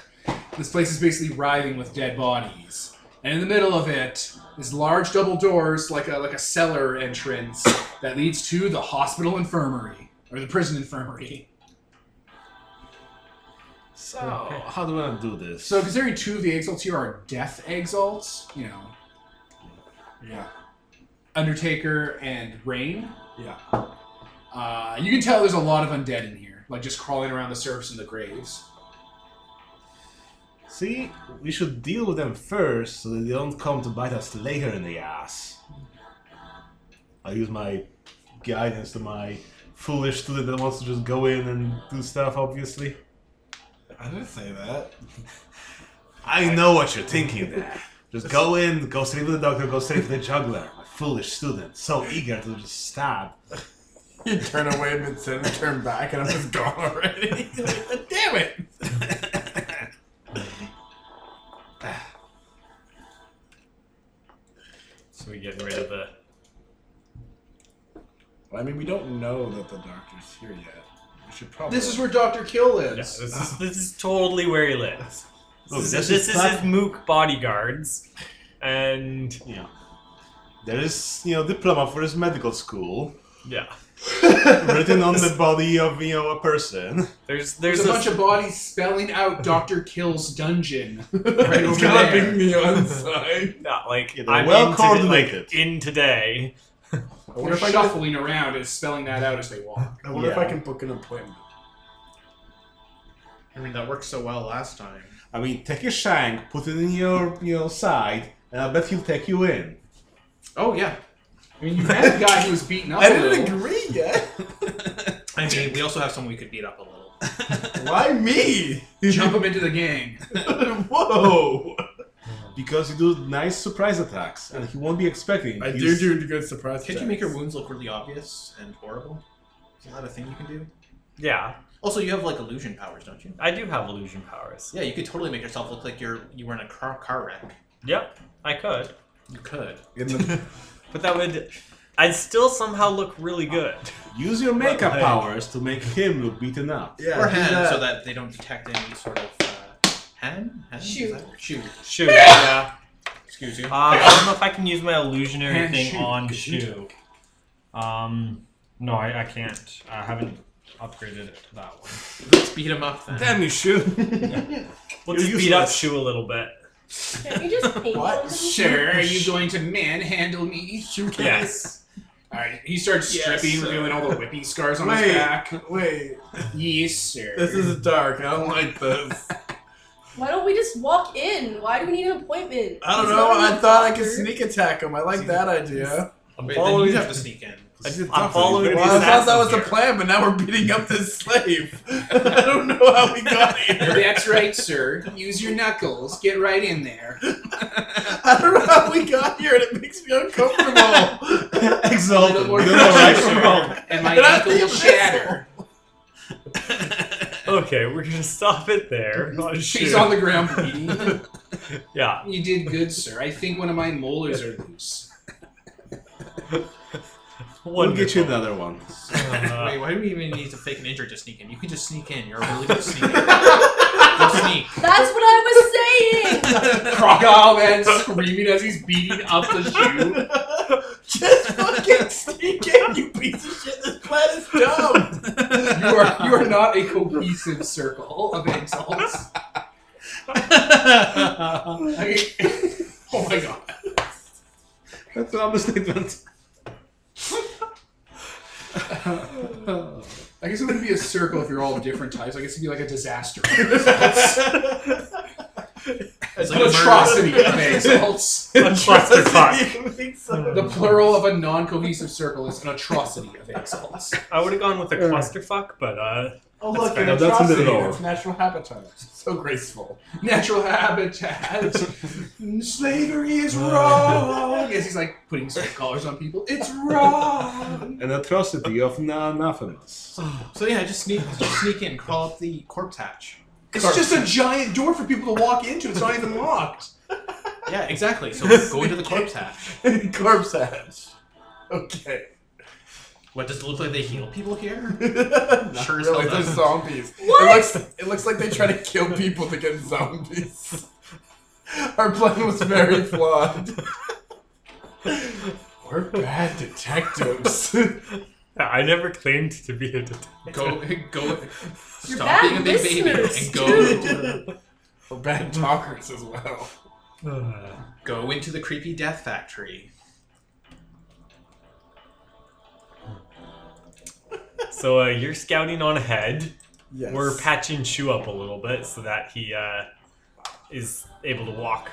A: This place is basically writhing with dead bodies. And in the middle of it is large double doors, like a like a cellar entrance that leads to the hospital infirmary or the prison infirmary.
C: So, how do I do this?
A: So considering two of the exalts here are death exalts, you know,
H: Yeah.
A: Undertaker and Rain.
H: Yeah.
A: Uh, you can tell there's a lot of undead in here, like just crawling around the surface in the graves.
C: See, we should deal with them first so that they don't come to bite us later in the ass. I use my guidance to my foolish student that wants to just go in and do stuff, obviously.
B: I didn't say that.
C: I know what you're thinking there. Just go in, go straight to the doctor, go straight to the juggler. My foolish student, so eager to just stab.
B: You turn away mid sentence, turn back, and I'm just gone already.
A: Uh,
B: Damn it!
F: so we get rid of the.
B: Well, I mean, we don't know that the doctor's here yet. We should probably.
A: This is where Doctor Kill
F: Yeah,
A: lives.
F: this is, this is totally where he lives.
C: Look,
F: this,
C: this
F: is,
C: is
F: this is
C: not-
F: his mook bodyguards, and
C: You know, there is, you know, diploma for his medical school
F: yeah,
C: written on the body of, you know, a person.
F: there's
A: There's
F: there's
A: a
F: a-
A: bunch of bodies spelling out Doctor Kill's dungeon right
H: It's
A: over
H: got a
A: there.
H: big neon sign.
F: not like
C: Yeah, they're
F: I'm
C: well
F: in today- like,
C: coordinated.
F: in today.
H: I wonder
A: They're
H: if I can,
A: shuffling around and spelling that out as they walk.
H: I wonder if I
C: Yeah.
H: can book an appointment.
D: I mean, that worked so well last time.
C: I mean, take your shank, put it in your, you know, side, and I bet he'll take you in.
A: Oh yeah. I mean, you had a guy who was beaten up. a little.
H: agree yet.
D: I mean, we also have someone we could beat up a little.
H: Why me?
A: Jump him into the gang.
C: Whoa! because you do nice surprise attacks, and he won't be expecting.
H: I do
C: He's-
H: do good surprise.
D: Can't you make your
H: checks.
D: wounds look really obvious and horrible? Is that a thing you can do?
F: Yeah,
D: Also, you have like illusion powers, don't you?
F: I do have illusion powers.
D: Yeah, you could totally make yourself look like you're you were in a car, car wreck.
F: Yep, I could,
D: You could.
B: in the,
F: but that would I'd still somehow look really good.
C: Use your makeup
F: Like-
C: powers to make him look beaten up.
H: Yeah,
D: or
H: do
D: hand,
H: that.
D: so that they don't detect any sort of uh, hand. hand? Is
E: Shoot.
D: that- Shoot.
F: Shoot, yeah.
D: Excuse you.
F: Uh, I don't know if I can use my illusionary
A: Hand
F: thing
A: shoe.
F: on shoe. Um, no, I, I can't. I haven't upgraded it to that one.
D: Let's beat him up then.
C: Damn you, shoot!
F: We'll
C: You're
F: just beat up
C: useless.
F: shoe a little bit.
E: Can we just paint on him?
A: Sir, are you going to manhandle me?
F: Yes.
A: All right. He starts
H: Yes,
A: stripping,
H: sir.
A: revealing all the whipping scars on
H: Wait,
A: his back.
H: wait.
A: Yes, sir.
H: This is dark. I don't like this.
E: Why don't we just walk in? Why do we need an appointment?
H: I don't
E: He's
H: know.
E: not really
H: I thought I could
E: doctor.
H: sneak attack him. I like that idea.
F: I'm
D: Wait, then
F: following.
D: you have to sneak in.
F: I'm following
H: Well,
F: the
H: I thought that
F: assassin
H: was the
F: here.
H: plan, but now we're beating up this slave. I don't know how we got here.
A: That's right, sir. Use your knuckles. Get right in there.
H: I don't know how we got here, and it makes me uncomfortable.
A: Little
C: Exalted.
A: more
C: Good
A: pressure,
C: direction.
A: sir, and my
H: Get out
A: ankle
H: the
A: will shatter.
F: Okay, we're gonna stop it there. On
A: She's
F: shoe.
A: on the ground bleeding.
F: yeah.
A: You did good, sir. I think one of my molars are loose.
C: We'll
F: Wonderful.
C: get you another one.
D: Wait,
F: Uh,
D: why do we even need to fake an injury to sneak in? You can just sneak in. You're a really good sneaker. Just sneak.
E: That's what I was saying.
A: Crocodile man screaming as he's beating up the shoe.
B: Just fucking sneak in, you piece of shit. This plan is dumb.
A: You are you are not a cohesive circle of insults. I- oh my god.
C: That's an understatement.
A: I guess it wouldn't be a circle if you're all different types. I guess it'd be like a disaster.
D: It's
A: An atrocity of insults.
F: Buster Fuck.
A: The plural of a non-cohesive circle is an atrocity of insults.
F: Uh, I would have gone with a clusterfuck, but uh,
B: Oh,
F: That's
B: look,
F: fair.
B: an
C: That's a
B: atrocity.
C: little-
B: That's natural habitat. So graceful.
A: Natural habitat. Slavery is wrong. Yes, he's like putting certain collars on people. It's wrong.
C: An atrocity of na- nothingness.
D: So yeah, just sneak, just sneak in, crawl up the corpse hatch.
A: It's just a giant door for people to walk into. It's not even locked.
D: Yeah, exactly. So go into the corpse hatch.
B: Corpse hatch. Okay.
D: What does it look like? They heal people here?
B: Not
D: Sure as hell
B: really, they're
D: doesn't.
B: zombies.
E: What?
B: It looks, it looks like they try to kill people to get zombies. Our plan was very flawed. We're bad detectives.
F: I never claimed to be a detective.
D: Go, go.
E: You're
D: Stop
E: bad
D: being a big baby
E: listeners,
D: and go,
E: too.
B: We're bad talkers as well.
F: Uh,
D: go into the creepy death factory.
F: so uh, you're scouting on ahead.
B: Yes.
F: We're patching Shu up a little bit so that he uh, is able to walk.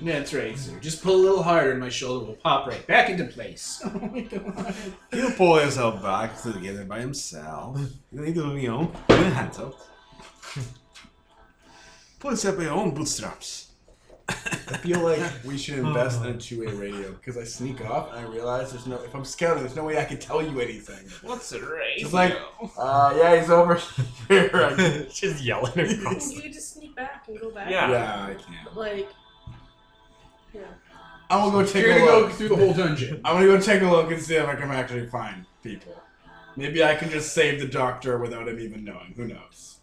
A: That's right, sir. Just pull a little harder and my shoulder will pop right back into place.
B: Oh
C: He'll pull himself back together by himself. You don't need to, you know, put your hands up. Pull himself by your own bootstraps.
B: I feel like we should invest in a two-way radio because I sneak off and I realize there's no. If I'm scouting, there's no way I can tell you anything.
D: What's it right?
B: It's like, uh, yeah, he's over here.
F: Just yelling across.
E: You could just sneak back and go back.
F: Yeah.
B: yeah, I can't.
E: Like, yeah.
B: I'm gonna go take
A: You're
B: a
A: gonna
B: look.
A: go through the whole dungeon.
B: I'm gonna go take a look and see if I can actually find people. Maybe I can just save the doctor without him even knowing. Who knows?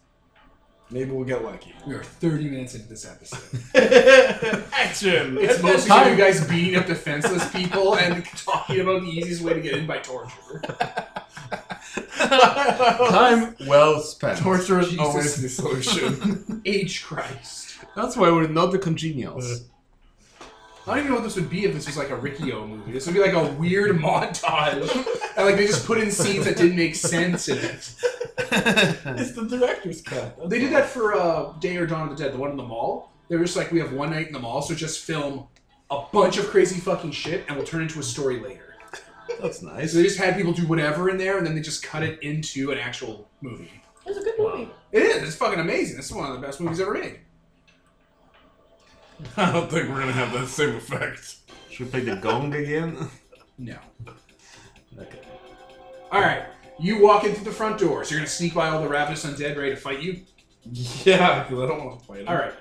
B: Maybe we'll get lucky.
A: We are 30 minutes into this episode.
B: Action!
A: It's
B: been
A: mostly you guys beating up defenseless people and talking about the easiest way to get in by torture.
C: Time well spent.
B: Torture is
A: Jesus.
B: always the solution.
A: Age Christ.
C: That's why we're not the congenials.
A: I don't even know what this would be if this was like a Riccio movie. This would be like a weird montage. And like they just put in scenes that didn't make sense in it.
B: it's the director's cut.
A: They did that for uh, Day or Dawn of the Dead, the one in the mall. They were just like, we have one night in the mall, so just film a bunch of crazy fucking shit and we'll turn it into a story later.
C: That's nice.
A: So they just had people do whatever in there and then they just cut it into an actual movie.
E: It was a good
F: Wow.
E: movie.
A: It is. It's fucking amazing. This is one of the best movies ever made.
B: I don't think we're gonna have that same effect.
C: Should we play the gong again?
A: No.
C: Okay.
A: All right. You walk in through the front door, so you're gonna sneak by all the ravenous undead ready to fight you.
B: Yeah, because I don't want to play it.
A: All right.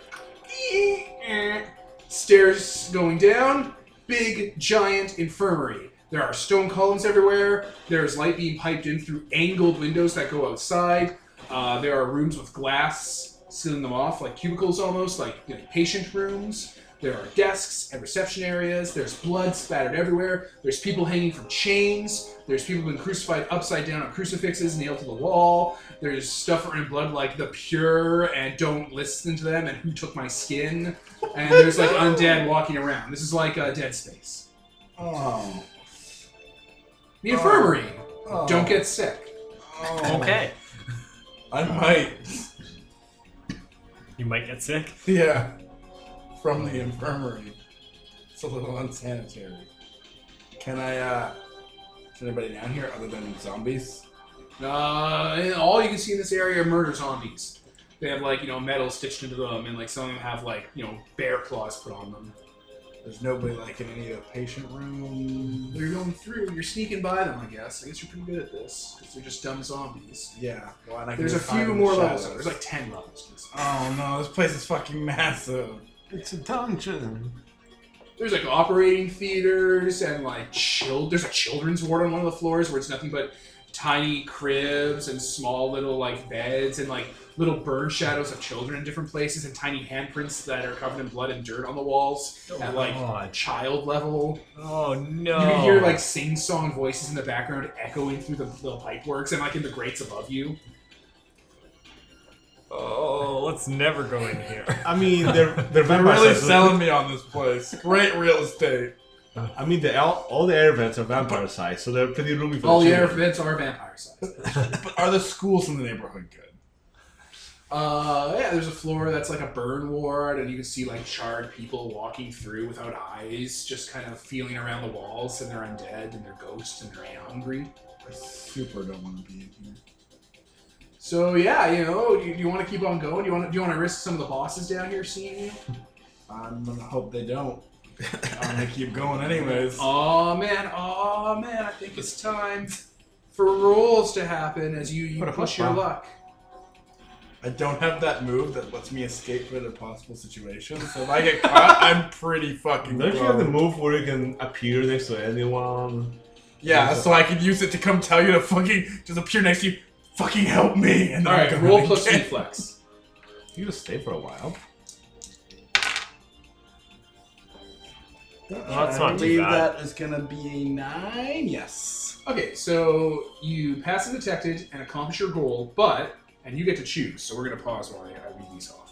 A: Eh. Stairs going down. Big giant infirmary. There are stone columns everywhere. There's light being piped in through angled windows that go outside. Uh, there are rooms with glass sealing them off, like cubicles almost, like you know, patient rooms. There are desks and reception areas. There's blood spattered everywhere. There's people hanging from chains. There's people being crucified upside down on crucifixes nailed to the wall. There's stuff written in blood like the pure and don't listen to them and who took my skin. And there's like undead walking around. This is like uh, Dead Space.
B: Oh.
A: The infirmary.
B: Oh.
A: Don't get sick.
B: Oh.
F: Okay.
B: I might.
F: You might get sick.
B: Yeah. From the infirmary. It's a little unsanitary. Can I, uh. Is anybody down here other than zombies?
A: Uh, and all you can see in this area are murder zombies. They have like you know metal stitched into them, and like some of them have like you know bear claws put on them.
B: There's nobody like in any of the patient room.
A: They're going through. You're sneaking by them, I guess. I guess you're pretty good at this because they're just dumb zombies.
B: Yeah. Well, and I can
A: There's a
B: just hide
A: few
B: in the
A: more levels.
B: shadows.
A: There's like ten levels. to this.
B: Oh no, this place is fucking massive.
C: It's a dungeon.
A: there's like operating theaters and like child. There's a children's ward on one of the floors where it's nothing but tiny cribs and small little like beds and like little burn shadows of children in different places and tiny handprints that are covered in blood and dirt on the walls
D: Oh,
A: at like
F: God.
A: child level.
F: Oh no!
A: You can hear like sing song voices in the background echoing through the, the pipeworks and like in the grates above you.
F: oh, let's never go in here.
C: I mean, they're they're
B: They're
C: vampire
B: really
C: senses.
B: selling me on this place. Great real estate.
C: I mean, the all, all the air vents are vampire sized, so they're pretty roomy for
A: All
C: the
A: the air
C: children.
A: vents are vampire sized.
B: But are the schools in the neighborhood good?
A: Uh, yeah, there's a floor that's like a burn ward, and you can see like charred people walking through without eyes, just kind of feeling around the walls, and they're undead, and they're ghosts, and they're hungry.
B: I super don't want to be in here.
A: So yeah, you know, do you, do you want to keep on going? Do you want to, do you want to risk some of the bosses down here seeing you?
B: I'm gonna hope they don't. I'm gonna keep going anyways.
A: Oh man, oh man, I think it's time for rolls to happen as you, you
C: What a
A: push your
C: flop.
A: luck.
B: I don't have that move that lets me escape from a possible situation, so if I get caught, I'm pretty fucking.
C: Don't you have the
B: blown.
C: move where you can appear next to anyone?
B: Yeah, so I could use it to come tell you to fucking just appear next to you. Fucking help me! And
A: All
B: then
A: right,
B: I'm
A: roll
B: gonna
A: plus
B: get-
A: reflex.
C: You just stay for a while.
F: Well, that's
B: I
F: not
B: believe
F: too bad.
B: that is gonna be a nine. Yes.
A: Okay, so you pass undetected and accomplish your goal, but and you get to choose. So we're gonna pause while I, I read these off.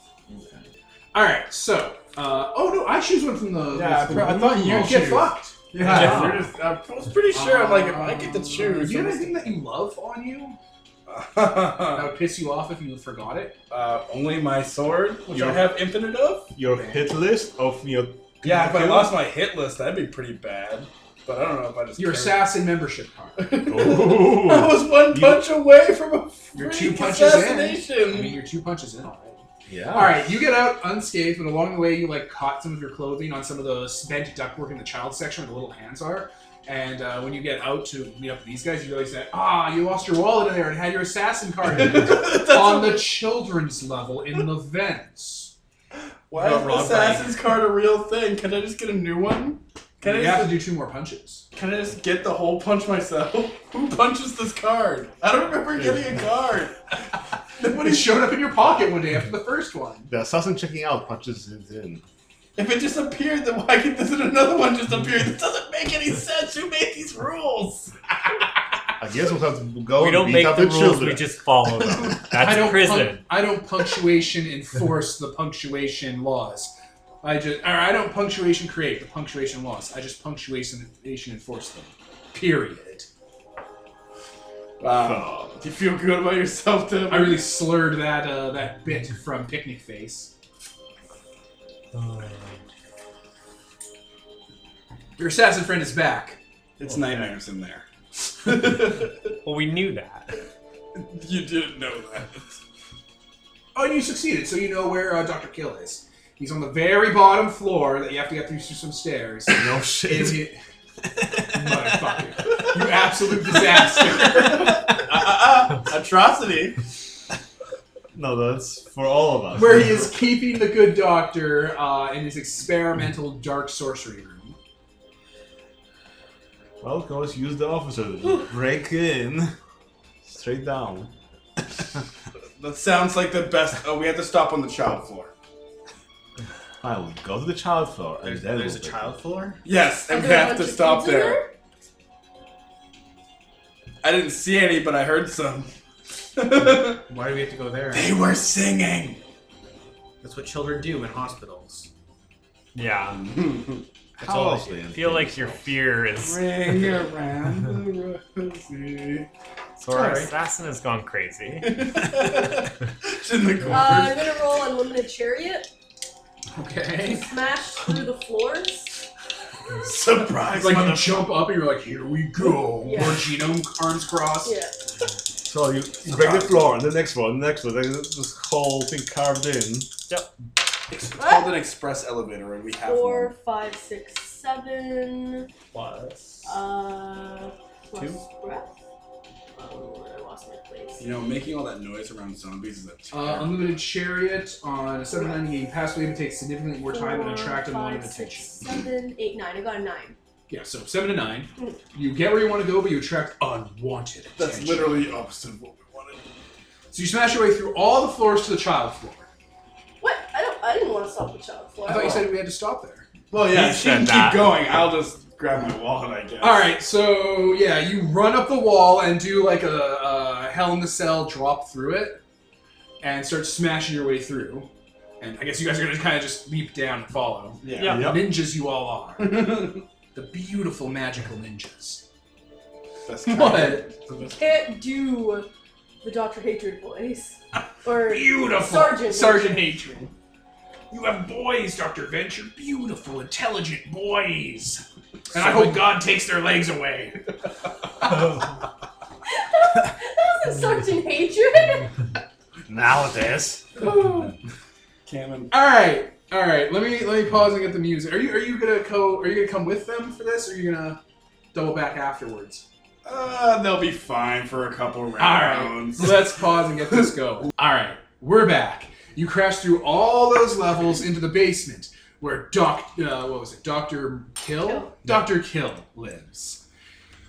A: All right, so uh, oh no, I choose one from the.
B: Yeah, I
A: the-
B: pro- I thought you
A: get
B: choose.
A: fucked.
B: Yeah,
F: Yeah.
B: you're just- I was pretty sure. I'm like, if I get to
A: Uh, Do
B: choose,
A: you have
B: I'm
A: anything that you love on you that
B: just-
A: would piss you off if you forgot it?
B: uh, only my sword, which
C: Your-
B: I have infinite of.
C: Your hit list of your
B: Yeah, if I
C: Kill?
B: lost my hit list, that'd be pretty bad. But I don't know if I just
A: Your
B: carry-
A: assassin membership card.
B: I
C: oh
B: was one
C: You-
B: punch away from a
A: You're
B: freak
A: two punches in. I
B: assassination.
A: mean, you're two punches in already.
C: yeah.
A: All right, you get out unscathed, but along the way, you like caught some of your clothing on some of the bent ductwork in the child section where the little hands are. And uh, when you get out to meet up with these guys, you realize that ah, you lost your wallet in there and had your assassin card in it on the children's level in the vents.
B: Why
D: Got
B: is
D: robbed by-
B: Assassin's Card a real thing? Can I just get a new one? Can I
A: you
B: just,
A: have to do two more punches.
B: can I just get the whole punch myself? Who punches this card? I don't remember getting a card.
A: But it showed up in your pocket one day after the first one.
C: The assassin checking out punches it in.
B: If it disappeared, then why could this another one just appear? This doesn't make any sense. Who made these rules?
C: I guess we'll have to go
F: We
C: and
F: don't
C: beat
F: make
C: up
F: the rules.
C: children.
F: We just follow them.
A: I
F: That's
A: don't
F: prison.
A: punc- I don't punctuation enforce the punctuation laws. I just or I don't punctuation create the punctuation laws. I just punctuation enforce them. Period.
B: Wow. Do you feel good about yourself, Tim?
A: I really slurred that uh, that bit from Picnic Face. Your assassin friend is back.
B: It's nightmares in there.
F: well, we knew that.
B: you didn't know that.
A: Oh, and you succeeded, so you know where uh, Doctor Kill is. He's on the very bottom floor that you have to get through through some stairs.
C: no
A: Is
C: Oh, shit.
A: he- Motherfucker! You absolute disaster.
B: Ah, ah, ah. Atrocity.
C: No, that's for all of us.
A: Where he is keeping the good doctor uh, in his experimental dark sorcery room.
C: Well, of course, use the officer. Break in. Straight down.
B: That sounds like the best. Oh, we have to stop on the child floor.
C: I will go to the child floor and
D: There's,
C: then
D: there's a
C: we'll break
D: child floor.
B: Yes,
E: Are
B: and we
E: there a
B: have
E: bunch
B: to
E: of
B: stop
E: kids in
B: there. I didn't see any, but I heard some. they
D: Why do we have to go there?
B: were singing.
D: That's what children do in hospitals.
F: Yeah.
C: in.
D: That's
C: How
D: all
C: else
D: they do.
C: they
F: I feel like
C: entertain
F: your fear is.
B: Ring around the rosy.
F: So our assassin has gone crazy.
B: It's in the corner.
E: Uh, I'm gonna roll Unlimited Chariot.
A: Okay.
E: Smash through the floors.
B: Surprise!
A: It's like you
B: mother-
A: jump up and you're like, here we go.
E: Yeah.
A: More genome arms crossed.
E: Yeah.
C: So you break the floor, and the next one, the next one, like this whole thing carved in.
B: it's called an express elevator, and we have
E: Four,
B: one.
E: five, six, seven.
F: Plus.
E: Uh, plus
B: Two?
E: breath. Oh, I lost my place.
B: You know, making all that noise around zombies is a
A: Uh,
B: terrible.
A: unlimited chariot on a 798 pass wave takes significantly more time and
E: Four,
A: attract and
E: five,
A: one of
E: six,
A: attention.
E: seven, eight, nine. I got a nine.
A: Yeah, so seven to nine.
E: Mm.
A: You get where you want to go, but you attract unwanted attention.
B: That's literally opposite of what we wanted.
A: So you smash your way through all the floors to the child floor.
E: What? I don't. I didn't want to stop the child floor.
A: I thought you said we had to stop there.
B: Well, yeah,
F: He
B: she
F: said
B: can
F: that.
B: keep going. I'll just grab my wallet, I guess.
A: All right, so yeah, you run up the wall and do like a, a hell in the cell drop through it, and start smashing your way through. And I guess you guys are gonna kind of just leap down and follow.
B: Yeah.
F: Yeah.
A: Ninjas, you all are. the beautiful magical ninjas.
B: That's kind of-
A: What?
E: can't do the Doctor Hatred voice or
A: Beautiful.
E: Sergeant.
A: Sergeant Hatred. You have boys, Doctor Venture. Beautiful, intelligent boys. And I hope God takes their legs away.
E: that wasn't Sergeant Hatred.
C: Now it is.
B: Cannon.
A: All right, all right. Let me let me pause and get the music. Are you are you gonna co? Are you gonna come with them for this? Or are you gonna double back afterwards?
B: Uh, they'll be fine for a couple rounds.
A: So let's pause and get this go. All right, we're back. You crash through all those levels into the basement where Doc, uh, what was it, Doctor Kill,
E: Kill.
A: Doctor Kill lives.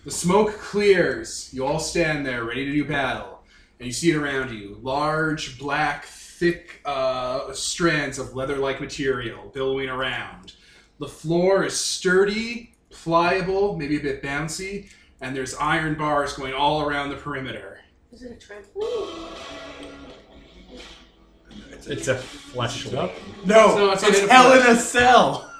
A: The smoke clears. You all stand there, ready to do battle, and you see it around you: large, black, thick uh, strands of leather-like material billowing around. The floor is sturdy, pliable, maybe a bit bouncy, and there's iron bars going all around the perimeter.
E: Is it a trampoline?
F: It's a flesh one.
B: No,
A: So it's
B: it's,
A: not in a
B: hell
A: flesh.
B: in a cell.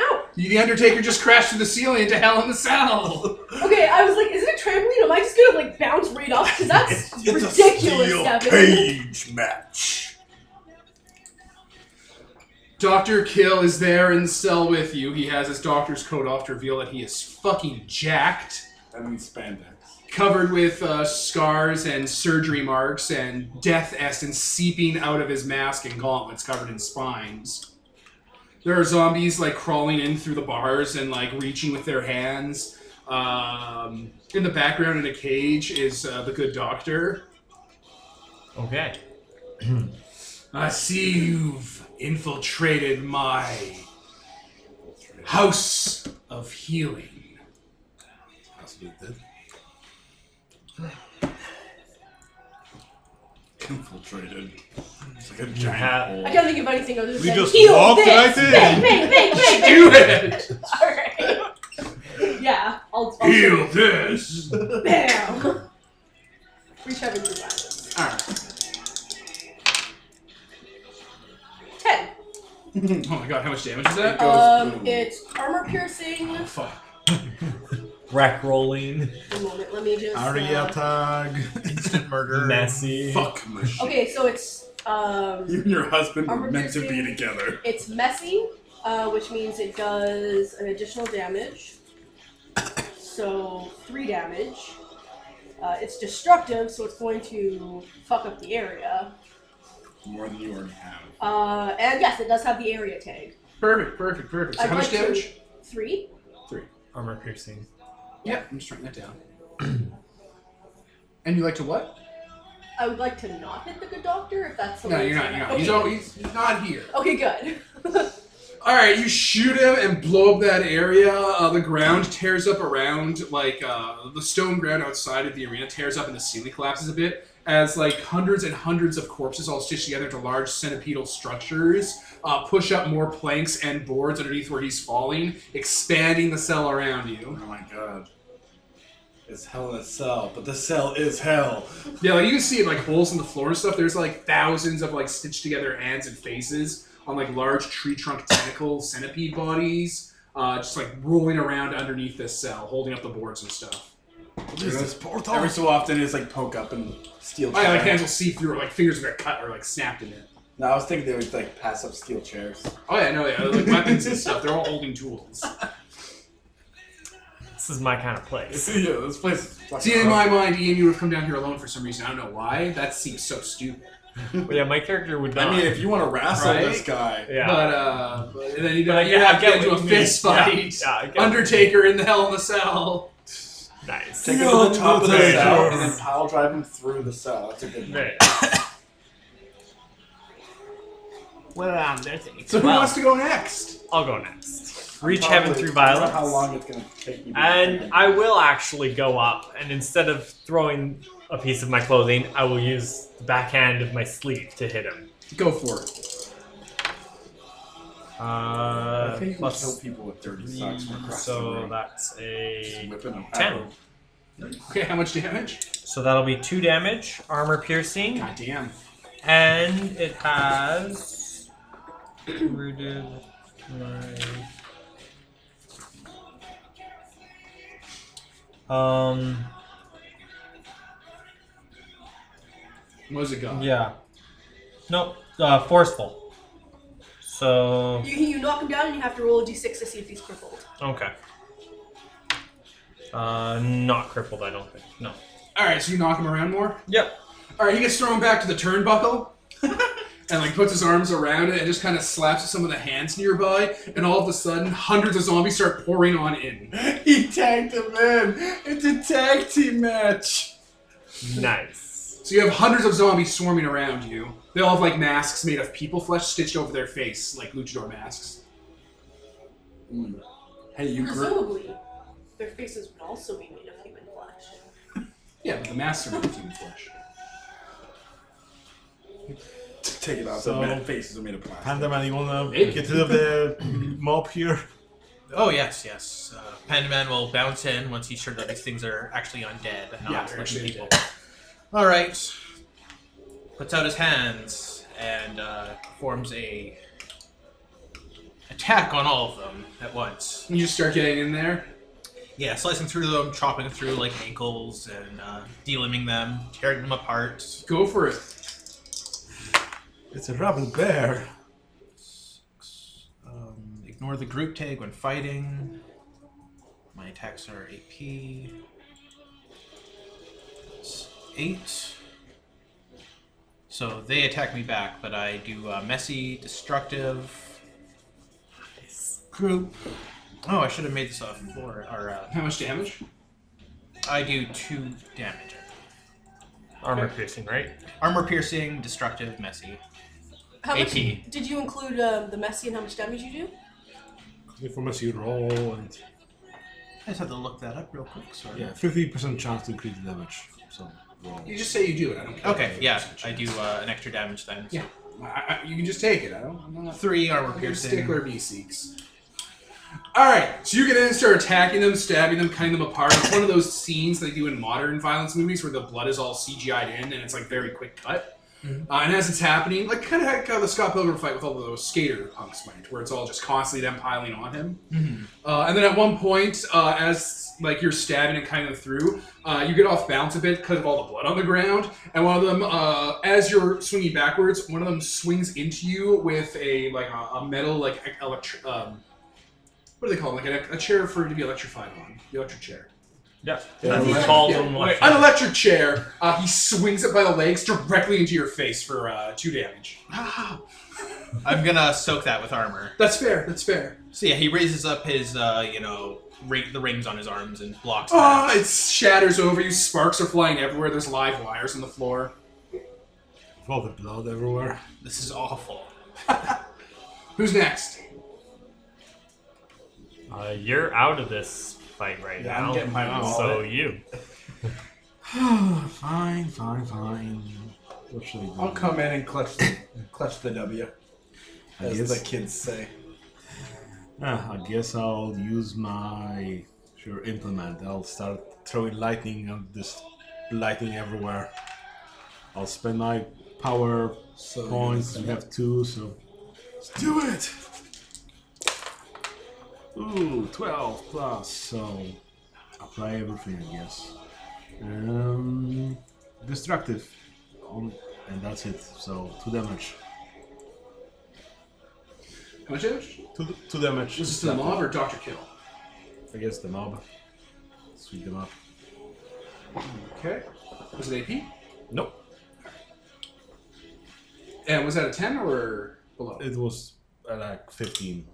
E: Ow!
A: You, the Undertaker just crashed through the ceiling into Hell in the Cell.
E: Okay, I was like, is it a trampoline? Am I just gonna like bounce right off? Because that's ridiculous, Devin.
B: cage match.
A: Doctor Kill is there in the cell with you. He has his doctor's coat off to reveal that he is fucking jacked,
B: And then spandex.
A: covered with uh, scars and surgery marks and death essence seeping out of his mask and gauntlets covered in spines. There are zombies like crawling in through the bars and like reaching with their hands. Um, in the background, in a cage, is uh, the good doctor.
F: Okay.
A: I see you've infiltrated my house of healing.
B: Infiltrated. It's like a giant
F: have-
B: hole.
E: I can't think of anything other than
C: We just
E: heal
C: walked
E: this.
C: right in.
E: Bang, bang, bang, bang, bang.
A: Do it!
E: All right. yeah, I'll, I'll
A: Heal this!
E: Bam. Reach out and do that.
A: Alright.
E: Ten.
A: Oh my god, how much damage is that? Oh,
B: Goes
E: Um,
B: boom.
E: it's armor piercing.
A: Fuck.
F: Rack rolling.
E: One moment, let me just. uh,
C: Ariatag.
D: Instant murder.
F: Messy.
B: Fuck machine.
E: okay, so it's um,
B: You and your husband were
E: Armor
B: meant to be
E: piercing.
B: together.
E: it's messy, uh, which means it does an additional damage. So three damage. Uh, it's destructive, so it's going to fuck up the area.
B: More than you already have.
E: Uh, and yes, it does have the area tag.
A: Perfect, perfect, perfect. So
E: I'd
A: how much
E: like to-
A: damage?
E: Three.
F: Armor piercing.
A: Yep, I'm just writing that down. and you like to what?
E: I would like to not hit the good doctor if that's the
A: No,
E: way
A: you're
E: it's
A: not, you're
E: gonna-
A: not. He's,
E: Oh, Okay.
A: all, he's, he's not here.
E: Okay, good.
A: All right, you shoot him and blow up that area. Uh, the ground tears up around, like uh, the stone ground outside of the arena tears up, and the ceiling collapses a bit as like hundreds and hundreds of corpses all stitched together into large centipedal structures uh, push up more planks and boards underneath where he's falling, expanding the cell around
B: Oh
A: you.
B: my god. It's hell in a cell, but the cell is hell.
A: Yeah, like you can see like holes in the floor and stuff. There's like thousands of like stitched together hands and faces on like large tree trunk tentacle centipede bodies, uh, just like rolling around underneath this cell, holding up the boards and stuff.
C: portal?
B: Every so often, it's like poke up and
A: I
B: steal.
A: Oh, like
B: chairs.
A: hands will see through, or like fingers that got cut or like snapped in it.
B: No, I was thinking they would like pass up steel chairs.
A: Oh yeah, no, yeah, like weapons and stuff. They're all holding tools.
F: This is my kind of place.
B: yeah, this place. Is fucking
A: See, in my mind, Ian, you would have come down here alone for some reason. I don't know why. That seems so stupid.
F: But yeah, my character would
B: I
F: not.
B: mean, if you want to wrestle
A: Right?
B: this guy,
F: yeah.
A: But uh, but then you
F: But I
A: would
F: get- I
A: have to
F: get
A: get into
F: what
A: a
F: you mean.
A: fist
F: Yeah,
A: fight.
F: yeah, I get what you mean.
A: Undertaker in the Hell in the Cell.
F: Nice.
B: Take him to the top of the
C: Young
B: cell and
C: potatoes.
B: then pile drive him through the cell. That's a good one.
F: Right.
D: Well, um, there's eight.
B: So who
F: Wow.
B: wants to go next?
F: I'll go next. Reach
B: Probably-
F: heaven through
B: I don't know
F: violence.
B: How long it's gonna take you? to
F: And
B: get
F: I will actually go up, and instead of throwing a piece of my clothing, I will use the backhand of my sleeve to hit him.
A: Go for it.
F: Uh,
B: I think you can kill
F: plus
B: people with dirty
F: three,
B: socks from across the
F: so
B: room.
F: that's
B: Just
F: a
B: whipping them
F: ten.
A: Okay, how much damage?
F: So that'll be two damage, armor piercing,
A: God damn.
F: and it has rooted my um
A: Where's it go?
F: yeah nope uh, forceful. So
E: You, you knock him down and you have to roll a d6 to see if he's crippled.
F: Okay. Uh, not crippled, I don't think. No.
A: All right, so you knock him around more.
F: Yep.
A: All right, he gets thrown back to the turnbuckle, and like puts his arms around it and just kind of slaps at some of the hands nearby. And all of a sudden, hundreds of zombies start pouring on in.
B: down. He tagged him in. It's a tag team match.
F: Nice.
A: So you have hundreds of zombies swarming around you. They all have like masks made of people flesh stitched over their face, like luchador masks.
B: Mm. Hey, you grew.
E: Presumably, their faces would also be made of human flesh.
A: Yeah, but the masks are made of human flesh.
B: Take it off.
C: So-
B: the metal faces are made of plastic.
C: Pandaman, you wanna
A: Maybe.
C: get rid of the mob here?
D: Oh yes, yes. Uh, Pandaman will bounce in once he's sure that these things are actually undead, and
A: Yeah,
D: not
A: they're
D: living
A: actually
D: people. All right. Puts out his hands and uh, performs a attack on all of them at once.
A: You just start getting in there.
D: Yeah, slicing through them, chopping through like ankles, and uh, delimbing them, tearing them apart.
A: Go for it.
C: It's a rabid bear. Um,
D: Ignore the group tag when fighting. My attacks are AP. It's eight. So they attack me back, but I do uh, messy, destructive. Group. Oh, I should have made this off floor. Or uh,
A: How much damage?
D: I do two damage.
F: Armor piercing, right?
D: Armor piercing, destructive, messy.
E: How much
D: 18.
E: did you include um, the messy and how much damage you do?
C: Performance you roll and
D: I just had to look that up real quick. Sorry.
C: yeah, fifty percent chance to increase the damage. So roll.
A: You just say you do it. I don't care.
D: Okay. Yeah, I do uh, an extra damage then. so
A: Yeah. I, I, you can just take it. I don't. I'm not.
D: Three armor
A: I'm a
D: piercing.
A: stickler B seeks. All right, so you get in and start attacking them, stabbing them, cutting them apart. It's one of those scenes they do in modern violence movies where the blood is all CGI'd in and it's like very quick cut. Uh, and as it's happening, like kind of like how the Scott Pilgrim fight with all those skater punks went, where it's all just constantly them piling on him. Uh, and then at one point, uh, as like you're stabbing and cutting them through, uh, you get off balance a bit because of all the blood on the ground. And one of them, uh, as you're swinging backwards, one of them swings into you with a like a, a metal like e- electri- um, what do they call it? Like a, a chair for it to be electrified on, the electric chair.
F: Yeah.
B: Yeah,
F: That's
B: right.
F: called
A: Yeah,
F: on
A: wait,
F: left.
A: an electric chair. Uh, he swings it by the legs directly into your face for uh, two damage.
D: I'm gonna soak that with armor.
A: That's fair. That's fair.
D: So yeah, he raises up his, uh, you know, ring, the rings on his arms and blocks.
A: Ah,
D: that.
A: it shatters over you. Sparks are flying everywhere. There's live wires on the floor.
C: With all the blood everywhere.
D: This is awful.
A: Who's next?
F: Uh, you're out of this fight right
B: Yeah, I'm
F: now.
B: getting my
F: so you.
C: fine, fine, fine. What should I do?
B: I'll come in and clutch the clutch the W,
C: I
B: as
C: guess,
B: the kids say.
C: Ah, I guess I'll use my sure implement. I'll start throwing lightning and just lightning everywhere. I'll spend my power
B: So
C: points. We have two, so let's do it. Ooh, 12 plus. So apply everything, I guess. Um, destructive, on, and that's it. So two damage.
A: How much damage?
C: Two, two damage.
A: Is this to the mob or Doctor Kill?
C: I guess the mob. Sweep them up.
A: Okay. Was it AP?
C: Nope.
A: And was that a 10 or below?
C: It was uh, like 15.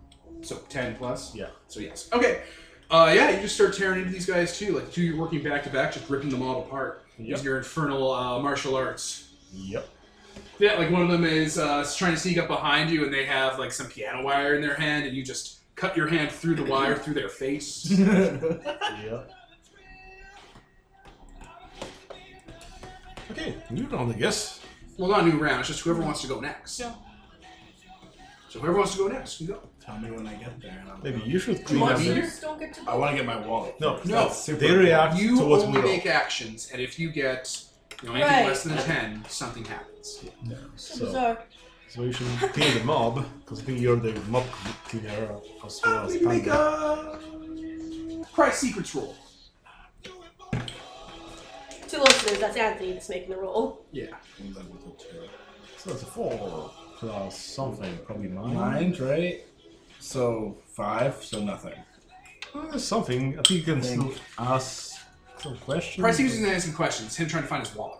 A: So 10 plus?
C: Yeah.
A: So yes. Okay. Uh, yeah, you just start tearing into these guys too. Like, two, you're working back to back, just ripping them all apart. Use your infernal uh, martial arts.
C: Yep.
A: Yeah, like one of them is uh, trying to sneak up behind you, and they have like some piano wire in their hand, and you just cut your hand through the wire through their face.
C: Yep. Okay, you don't, I guess.
A: well, not a new round. It's just whoever wants to go next. Yeah. So whoever wants to go next, you go.
B: Tell me when I get there. and I'll
C: Maybe
B: go.
C: you should clean up. the-
E: Monsters don't get to.
B: I want to get my wallet.
C: No,
B: first.
A: no,
B: That's super
C: They react
A: You
C: to what we
A: only
C: roll.
A: make actions, and if you get you know, anything
E: Right.
A: less than a ten, something happens.
E: So
C: So,
E: bizarre.
C: so you should clean the mob, because I think you're the mob cleaner as well as
A: Maybe make
C: Panda.
A: a prize secrets roll.
E: To the listeners, that's Anthony that's making the roll.
A: Yeah.
B: Comes up with a two.
C: So it's a four plus something, probably nine.
B: Mind, right? So five, so nothing.
C: Well, there's Uh, something. I think you can
B: Thank
C: still ask some questions.
A: Price secrets is asking questions. Him trying to find his wallet.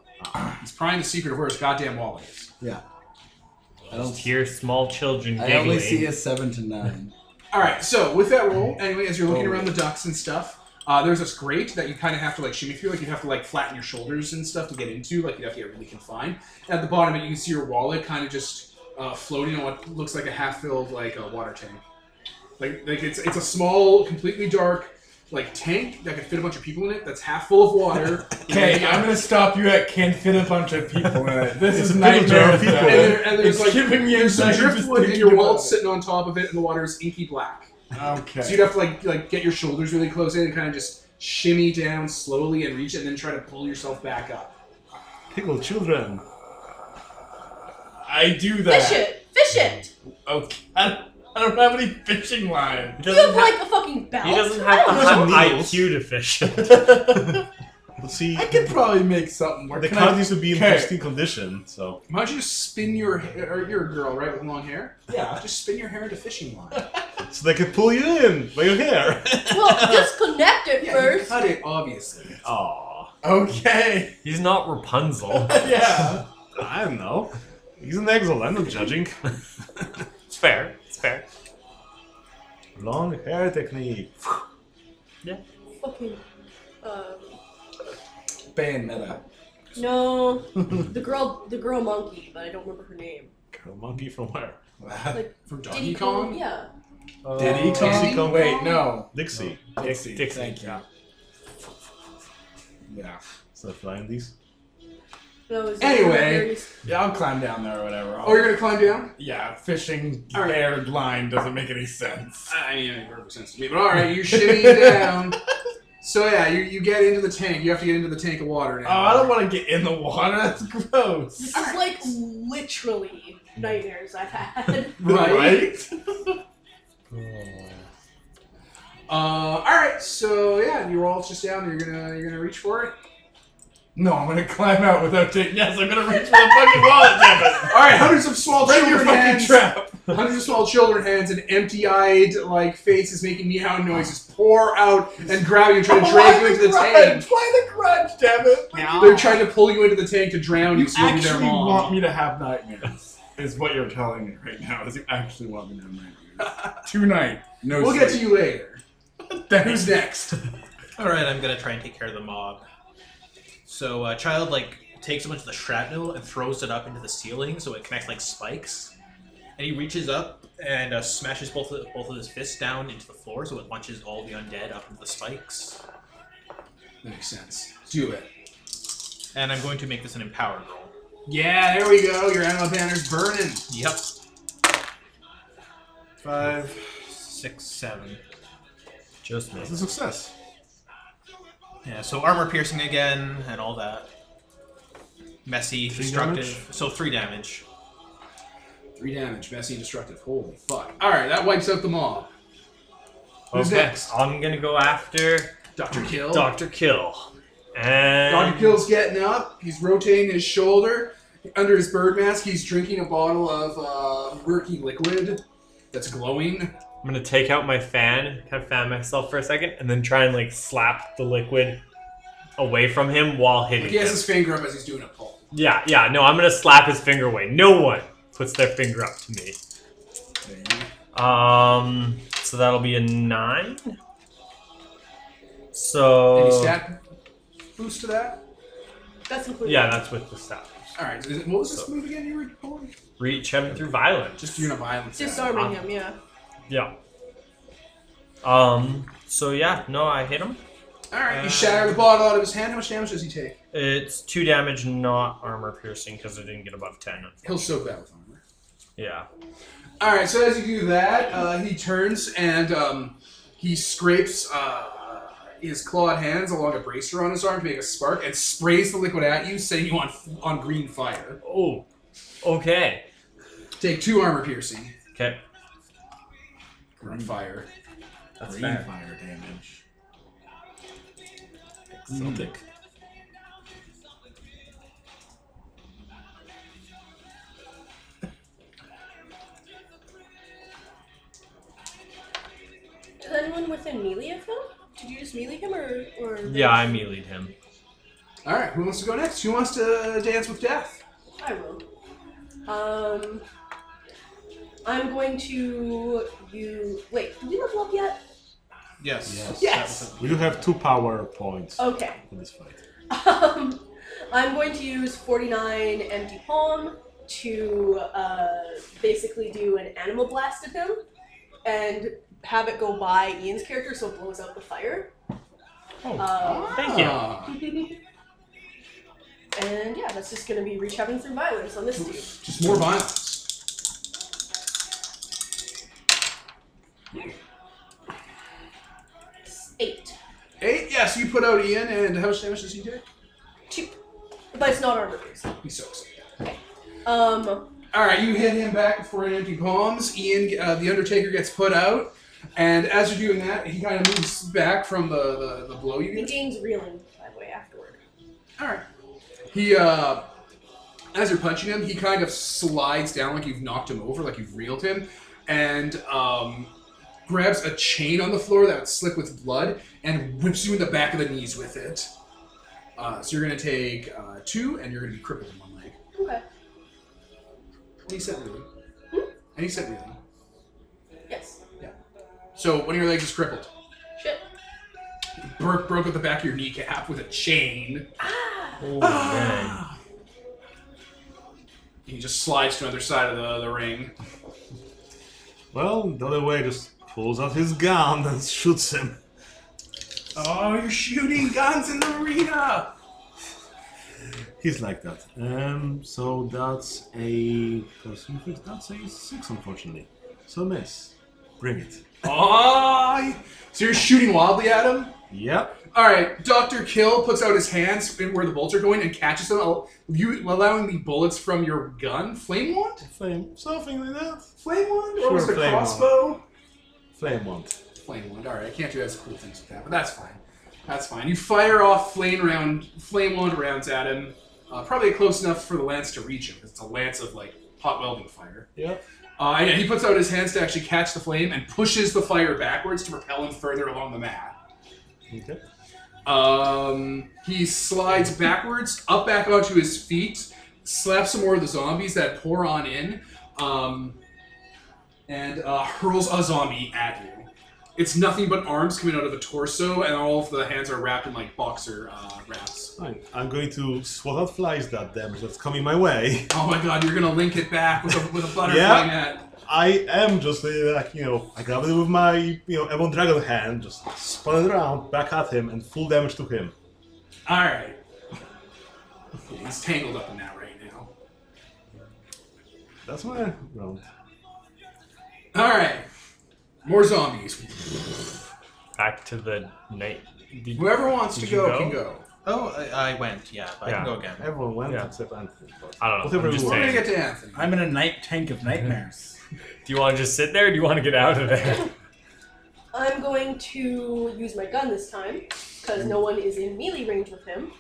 A: He's prying the secret of where his goddamn wallet is.
B: I
F: Just
B: don't.
F: hear small children
B: Oh, I
F: giggling.
B: only see a seven to nine.
A: All right, so with that roll, anyway, as you're looking around the ducks and stuff, uh, there's this grate that you kind of have to like shimmy through, like you'd have to like flatten your shoulders and stuff to get into, like you'd have to get really confined. And at the bottom, of it, you can see your wallet kind of just uh, floating on what looks like a half-filled like a water tank. Like like it's it's a small, completely dark like tank that could fit a bunch of people in it. That's half full of water.
H: Okay,
A: and,
H: I'm gonna stop you at can't fit a bunch of people in it. This
C: It's
H: is
C: a pickle jar
H: nightmare.
C: of people.
A: and, there, and there's
H: It's
A: like
H: giving me
A: there's some
H: anxiety just
A: driftwood and
H: thinking
A: your
H: about
A: wallet's
H: it.
A: sitting on top of it, and the water is inky black.
H: Okay.
A: So you'd have to like like get your shoulders really close in and kind of just shimmy down slowly and reach, it and then try to pull yourself back up.
C: Pickle children.
H: I do that.
E: Fish it! Fish it!
H: Okay. I don't, I don't have any fishing line.
F: He
E: You have
F: doesn't, ha-
E: like a fucking belt.
F: he doesn't
E: I
F: have the
E: don't
C: Some
F: high
C: needles.
F: IQ to fish.
C: But see,
H: I could probably make something work.
C: the
H: Can
C: card
H: I-
C: used to be in
H: Okay.
C: pristine condition, so.
A: Why don't you just spin your hair? Or you're a girl, right, with long hair?
H: Yeah.
A: Just spin your hair into fishing line.
C: So they could pull you in by your hair.
E: Well, just connect it
A: yeah, you
E: first.
A: cut it, obviously.
C: Aww.
H: Okay.
F: He's not Rapunzel.
H: Yeah.
C: I don't know. He's an exile, I'm not judging.
F: It's fair. It's fair.
C: Long hair technique.
E: Fucking. Um,
B: Bayonetta.
E: no, the girl, the girl monkey, but I don't remember her name.
C: Girl monkey from where?
E: Like
A: From Donkey
E: Diddy
A: Kong?
E: Yeah.
B: Diddy
A: Dixie
B: Kong?
A: Kong?
B: Wait, no.
C: Dixie.
B: Dixie.
F: Dixie,
B: Thank you.
F: yeah.
B: Yeah.
C: Is that flying these?
E: No, it was
A: Anyway.
B: Yeah, I'll climb down there or whatever. I'll-
A: Oh, you're gonna climb down?
B: Yeah, fishing
A: All right.
B: aired line doesn't make any sense.
A: I I mean, it makes perfect sense to me. But all right, you shimmy down. So yeah, you, you get into the tank. You have to get into the tank of water
B: Oh,
A: now.
B: I don't want to get in the water. That's gross.
E: This is like literally nightmares I've had.
A: Right.
B: Right?
A: Uh, all right. So yeah, your wallet's just down. You're gonna you're gonna reach for it.
B: No, I'm gonna climb out without taking. Yes, I'm gonna reach for the fucking wallet. Damn it!
A: All right, hundreds of small
B: Break your
A: children
B: fucking
A: hands.
B: trap.
A: Hundreds of small children hands and empty-eyed like faces making meow noises pour out and grab you and try to drag you into the tank.
B: Why the grudge? Damn it!
A: They're trying to pull you into the tank to drown you,
B: You
A: so you'll be their
B: actually
A: mom.
B: want me to have nightmares? Is what you're telling me right now? Is you actually want me to have nightmares? Tonight, no.
A: we'll get to you later. Who's next?
D: All right, I'm gonna try and take care of the mob. So uh, child like takes a bunch of the shrapnel and throws it up into the ceiling, so it connects like spikes. And he reaches up and uh, smashes both of, both of his fists down into the floor, so it launches all the undead up into the spikes.
A: Makes sense. Do it.
D: And I'm going to make this an empowered roll.
A: Yeah, there we go. Your animal banner's burning.
D: Yep. Five, six, seven.
F: Just me.
C: That's a success.
D: Yeah, so armor piercing again and all that. Messy,
C: Three
D: destructive.
C: damage?
D: So three damage.
A: Three damage, messy and destructive. Holy fuck! All right, that wipes out the mob. Who's next? Oh.
F: I'm gonna go after
A: Mm. Doctor Kill.
F: Doctor Kill. And
A: Dr. Gill's getting up. He's rotating his shoulder. Under his bird mask, he's drinking a bottle of uh, murky liquid that's glowing.
F: I'm gonna take out my fan, kind of fan myself for a second, and then try and like slap the liquid away from him while hitting
A: He
F: him.
A: has his finger up as he's doing a pull.
F: Yeah, yeah, no, I'm gonna slap his finger away. No one puts their finger up to me. Um, so that'll be a nine.
A: Any
F: So
A: stat boost to that?
E: That's included.
F: yeah, that's with the stat.
A: All right. Is it, what was this move again? You were pulling?
F: Reach him through violence.
A: Just univiolence.
E: Disarming
F: Uh-huh.
E: him, yeah.
F: Yeah. Um. So yeah, no, I hit him.
A: All right. You shatter the bottle out of his hand. How much damage does he take?
F: It's two damage, not armor piercing, because I didn't get above ten.
A: He'll soak that with armor.
F: Yeah.
A: All right. So as you do that, uh, he turns and um, he scrapes uh, his clawed hands along a bracer on his arm to make a spark, and sprays the liquid at you, setting you on on green fire.
F: Oh. Okay.
A: Take two armor piercing.
F: Okay.
A: You're on fire.
F: That's
B: Green
F: fair.
B: fire damage. Exotic.
E: Is anyone within melee of him? Did you just melee him or or?
F: Yeah, I meleeed him.
A: All right. Who wants to go next? Who wants to dance with death?
E: I will. Um, I'm going to you. Wait, did we level up yet?
D: Yes.
C: Yes.
E: Yes.
C: We do have two power points
E: Okay.
C: in this fight.
E: Um, I'm going to use 49 empty palm to uh, basically do an animal blast at him and have it go by Ian's character, so it blows out the fire.
F: Oh.
E: Um,
F: Thank you.
A: Ah,
E: and yeah, that's just going to be reach heaven through violence on this dude.
A: just more violence.
E: It's Eight.
A: Eight. Yes. you put out Ian, and how much damage does he take?
E: Two. But it's not armor piercing.
A: He soaks it.
E: Um,
A: All right, you hit him back for an empty palms. Ian, uh, the Undertaker, gets put out, and as you're doing that, he kind of moves back from the, the, the blow you
E: he
A: get.
E: gains reeling, by the way, afterward.
A: All right, he uh, as you're punching him, he kind of slides down like you've knocked him over, like you've reeled him, and um, grabs a chain on the floor that would slick with blood and whips you in the back of the knees with it. Uh, so you're gonna take uh, two, and you're gonna be crippled in one leg.
E: Okay.
A: And he said reeling. And he said reeling.
E: Yes.
A: So one of your legs is crippled.
E: Shit.
A: Burke broke at the back of your kneecap with a chain.
E: Ah!
F: Oh man.
A: He just slides to another side of the, the ring.
C: Well, the other way just pulls out his gun and shoots him.
A: Oh, you're shooting guns in the arena!
C: He's like that. Um, so that's a plus three, six. that's a six, unfortunately. So miss. Bring it.
A: Oh, so you're shooting wildly at him?
C: Yep.
A: All right, Doctor Kill puts out his hands in where the bolts are going and catches them, al- you allowing the bullets from your gun. Flame wand?
C: Flame. Something like that.
A: Flame wand? Or
C: Sure,
A: was it a
C: flame wand.
A: crossbow?
C: Flame wand.
A: Flame wand. All right, I can't do as cool things with that, but that's fine. That's fine. You fire off flame round, flame wand rounds at him. Uh, probably close enough for the lance to reach him. 'cause It's a lance of like hot welding fire.
C: Yep.
A: Uh, and he puts out his hands to actually catch the flame and pushes the fire backwards to propel him further along the mat.
C: Okay.
A: Um, he slides backwards, up back onto his feet, slaps some more of the zombies that pour on in, um, and uh, hurls a zombie at you. It's nothing but arms coming out of the torso, and all of the hands are wrapped in like boxer uh, wraps.
C: Fine. I'm going to swat out flies that damage that's coming my way.
A: Oh my god, you're gonna link it back with a, with a butterfly
C: Yeah.
A: net.
C: I am just uh, like you know, I grab it with my you know Ebon Dragon hand, just spun it around, back at him, and full damage to him.
A: All right, Yeah, he's tangled up in that right now.
C: That's my round.
A: All right, more zombies.
F: Back to the night. Did-
A: Whoever wants to
F: Did you
A: go,
F: go?
A: can go.
D: Oh, I, I went. Yeah, but I
F: Yeah.
D: can go again.
C: Everyone went
F: Yeah.
C: except Anthony. but
F: I don't know,
C: Whatever
F: I'm
C: we
F: just
C: want.
A: We're gonna get
F: Same.
A: to Anthony.
B: I'm in a night tank of nightmares.
F: Do you want to just sit there? or Do you want to get out of there?
E: I'm going to use my gun this time because no one is in melee range with him.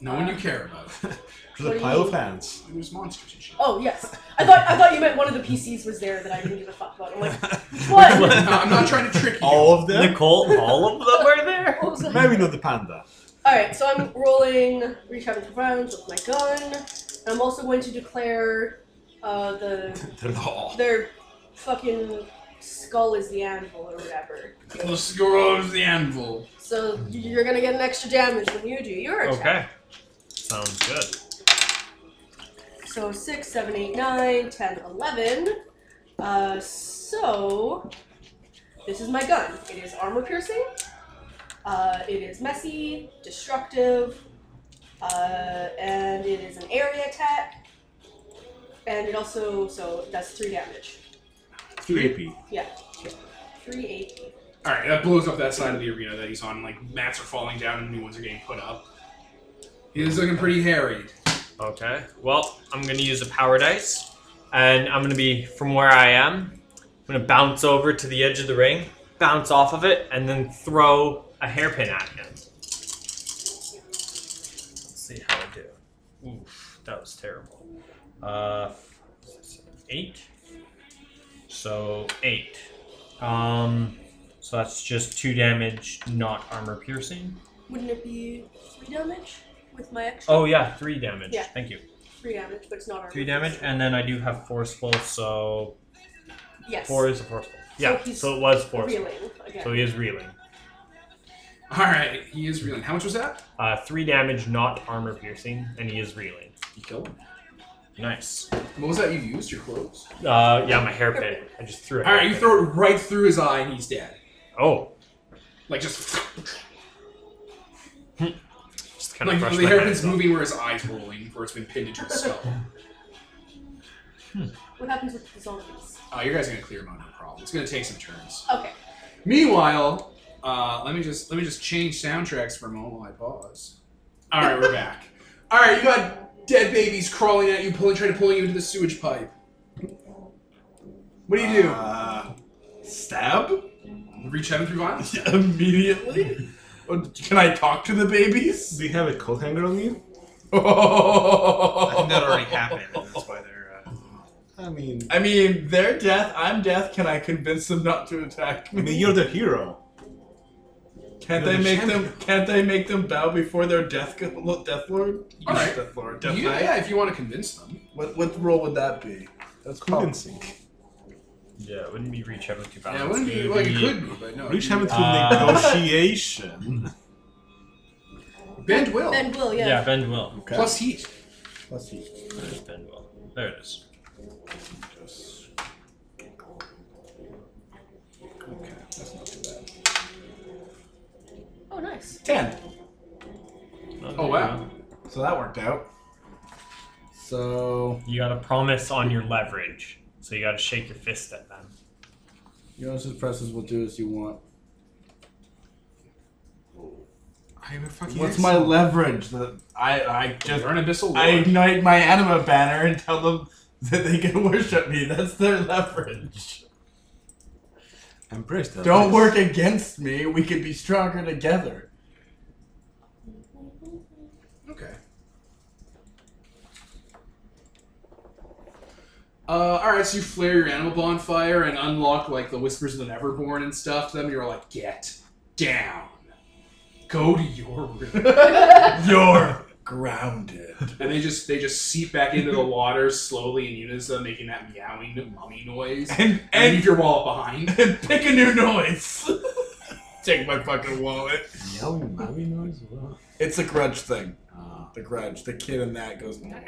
A: No one you care about.
C: There's
E: What
C: a
E: do
C: pile
E: you-
C: of hands.
A: There's monsters and shit.
E: Oh yes, I thought I thought you meant one of the PCs was there that I didn't give a fuck about. I'm like, which one?
A: No, I'm not trying to trick you.
C: All of them?
F: Nicole, all of them are there.
E: What was it?
C: Maybe not the panda.
E: All right, so I'm rolling reach out into rounds with my gun. And I'm also going to declare uh, the
C: The law.
E: their fucking skull is the anvil or whatever.
B: The scroll of the anvil.
E: So you're gonna get an extra damage when you do your attack.
F: Okay. Sounds good.
E: So 6, 7, 8, 9, 10, 11. Uh, so, this is my gun. It is armor piercing. Uh, it is messy, destructive, uh, and it is an area attack. And it also, so that's 3 damage.
C: Three AP.
E: Yeah. 3, 8.
A: All right, that blows up that side of the arena that he's on. Like mats are falling down and new ones are getting put up.
I: He is looking pretty harried.
F: Okay. Well, I'm gonna use a power dice, and I'm gonna be from where I am. I'm gonna bounce over to the edge of the ring, bounce off of it, and then throw a hairpin at him. Let's see how I do. Oof, that was terrible. Uh, eight. So eight. Um, so that's just two damage, not armor piercing.
E: Wouldn't it be 3 damage with my extra?
F: Oh yeah, three damage.
E: Yeah.
F: Thank you.
E: 3 damage, but it's not armor.
F: Oh. Three damage, and then I do have forceful, so
E: Yes.
F: four is a forceful.
E: Yeah,
F: Yeah,
E: he's
F: so it was forceful.
E: Reeling again.
F: So he is reeling.
A: All right, he is reeling. How much was that?
F: Uh, three damage, not armor piercing, and he is reeling.
A: You killed him.
F: Nice.
A: What was that? You used your clothes.
F: Uh, yeah, my hairpin. I just threw it.
I: All right, you throw it right through his eye and he's dead.
F: Oh,
A: Like just
F: just kind of
A: like
F: brush
A: the
F: my
A: hairpin's
F: hands off.
A: moving where his eyes rolling, where it's been pinned into his skull. Uh,
E: What happens with the zombies?
A: Oh, you guys are gonna clear him out no problem. It's gonna take some turns.
E: Okay.
A: Meanwhile, uh, let me just let me just change soundtracks for a moment while I pause. All right, we're back.
I: All right, you got dead babies crawling at you, pulling, trying to pull you into the sewage pipe. What do you do?
B: Uh, stab?
A: Reach heaven through violence.
B: Immediately? Oh, Can I talk to the babies?
C: Do you have a coat hanger on you?
D: I think that already happened. and That's why they're. Uh,
C: I mean,
B: I mean, they're death, I'm death. Can I convince them not to attack
C: I mean,
B: me?
C: you're the hero.
B: Can't
C: you're
B: they
C: the
B: make
C: champion.
B: them? Can't they make them bow before their death? go- Death lord.
A: All right.
B: Death lord.
A: Yeah,
B: Death knight.
A: yeah, if you want to convince them.
B: What what role would that be? That's
C: Convincing.
F: Yeah, it wouldn't be reach heaven too bad.
A: Yeah, it wouldn't be like it could be, but no.
C: Reach heaven through
F: Uh,
C: negotiation.
A: Bend will
E: Ben will,
F: Yeah,
E: yeah.
F: bend will.
C: Okay.
A: plus heat.
B: Plus he.
F: There's bend will. There it is.
B: Okay, that's not too bad.
E: Oh, nice.
B: Ten.
A: Oh, wow.
B: So that worked out. So
F: You got a promise on your leverage, so you got to shake your fist at them.
B: Jonas' presses will do as you want.
I: I am a fucking.
B: What's my leverage? That I I just
A: Burn abyssal
B: I
A: lord.
B: ignite my anima banner and tell them that they can worship me. That's their leverage.
C: Embrace that.
B: Don't work against me. We could be stronger together.
A: Okay. Uh, all right, so you flare your animal bonfire and unlock like the whispers of the Neverborn and stuff. To them, you're like, get down, go to your room,
B: You're grounded.
A: and they just they just seep back into the water slowly in unison, making that meowing mummy noise.
B: And
A: And leave
B: and,
A: your wallet behind.
B: and pick a new noise. Take my fucking wallet.
C: Yelling mommy noise? What?
B: It's a grudge thing.
C: Ah.
B: The grudge. The kid in that goes "Meow,"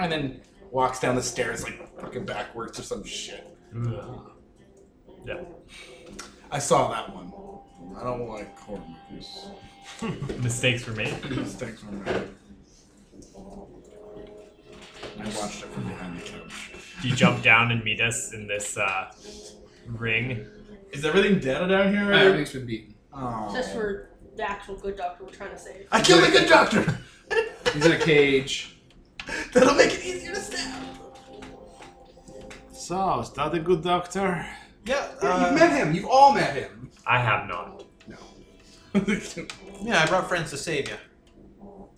B: and then walks down the stairs like fucking backwards or some shit.
F: Yeah.
B: I saw that one. I don't like horror movies.
F: Mistakes were made.
B: Mistakes were made. I watched it from behind the couch.
F: You jump down and meet us in this uh, ring.
B: Is everything dead down here? already?
A: Everything's been beaten.
B: Oh.
E: Just for the actual good doctor we're trying to save.
B: I killed a good doctor.
A: He's in a cage.
B: That'll make it easier to stab.
C: So, is that a good doctor?
D: yeah,
A: Yeah,
D: uh,
A: you've met him. You've all met him.
F: I have not.
B: Mm,
D: yeah, I brought friends to save you.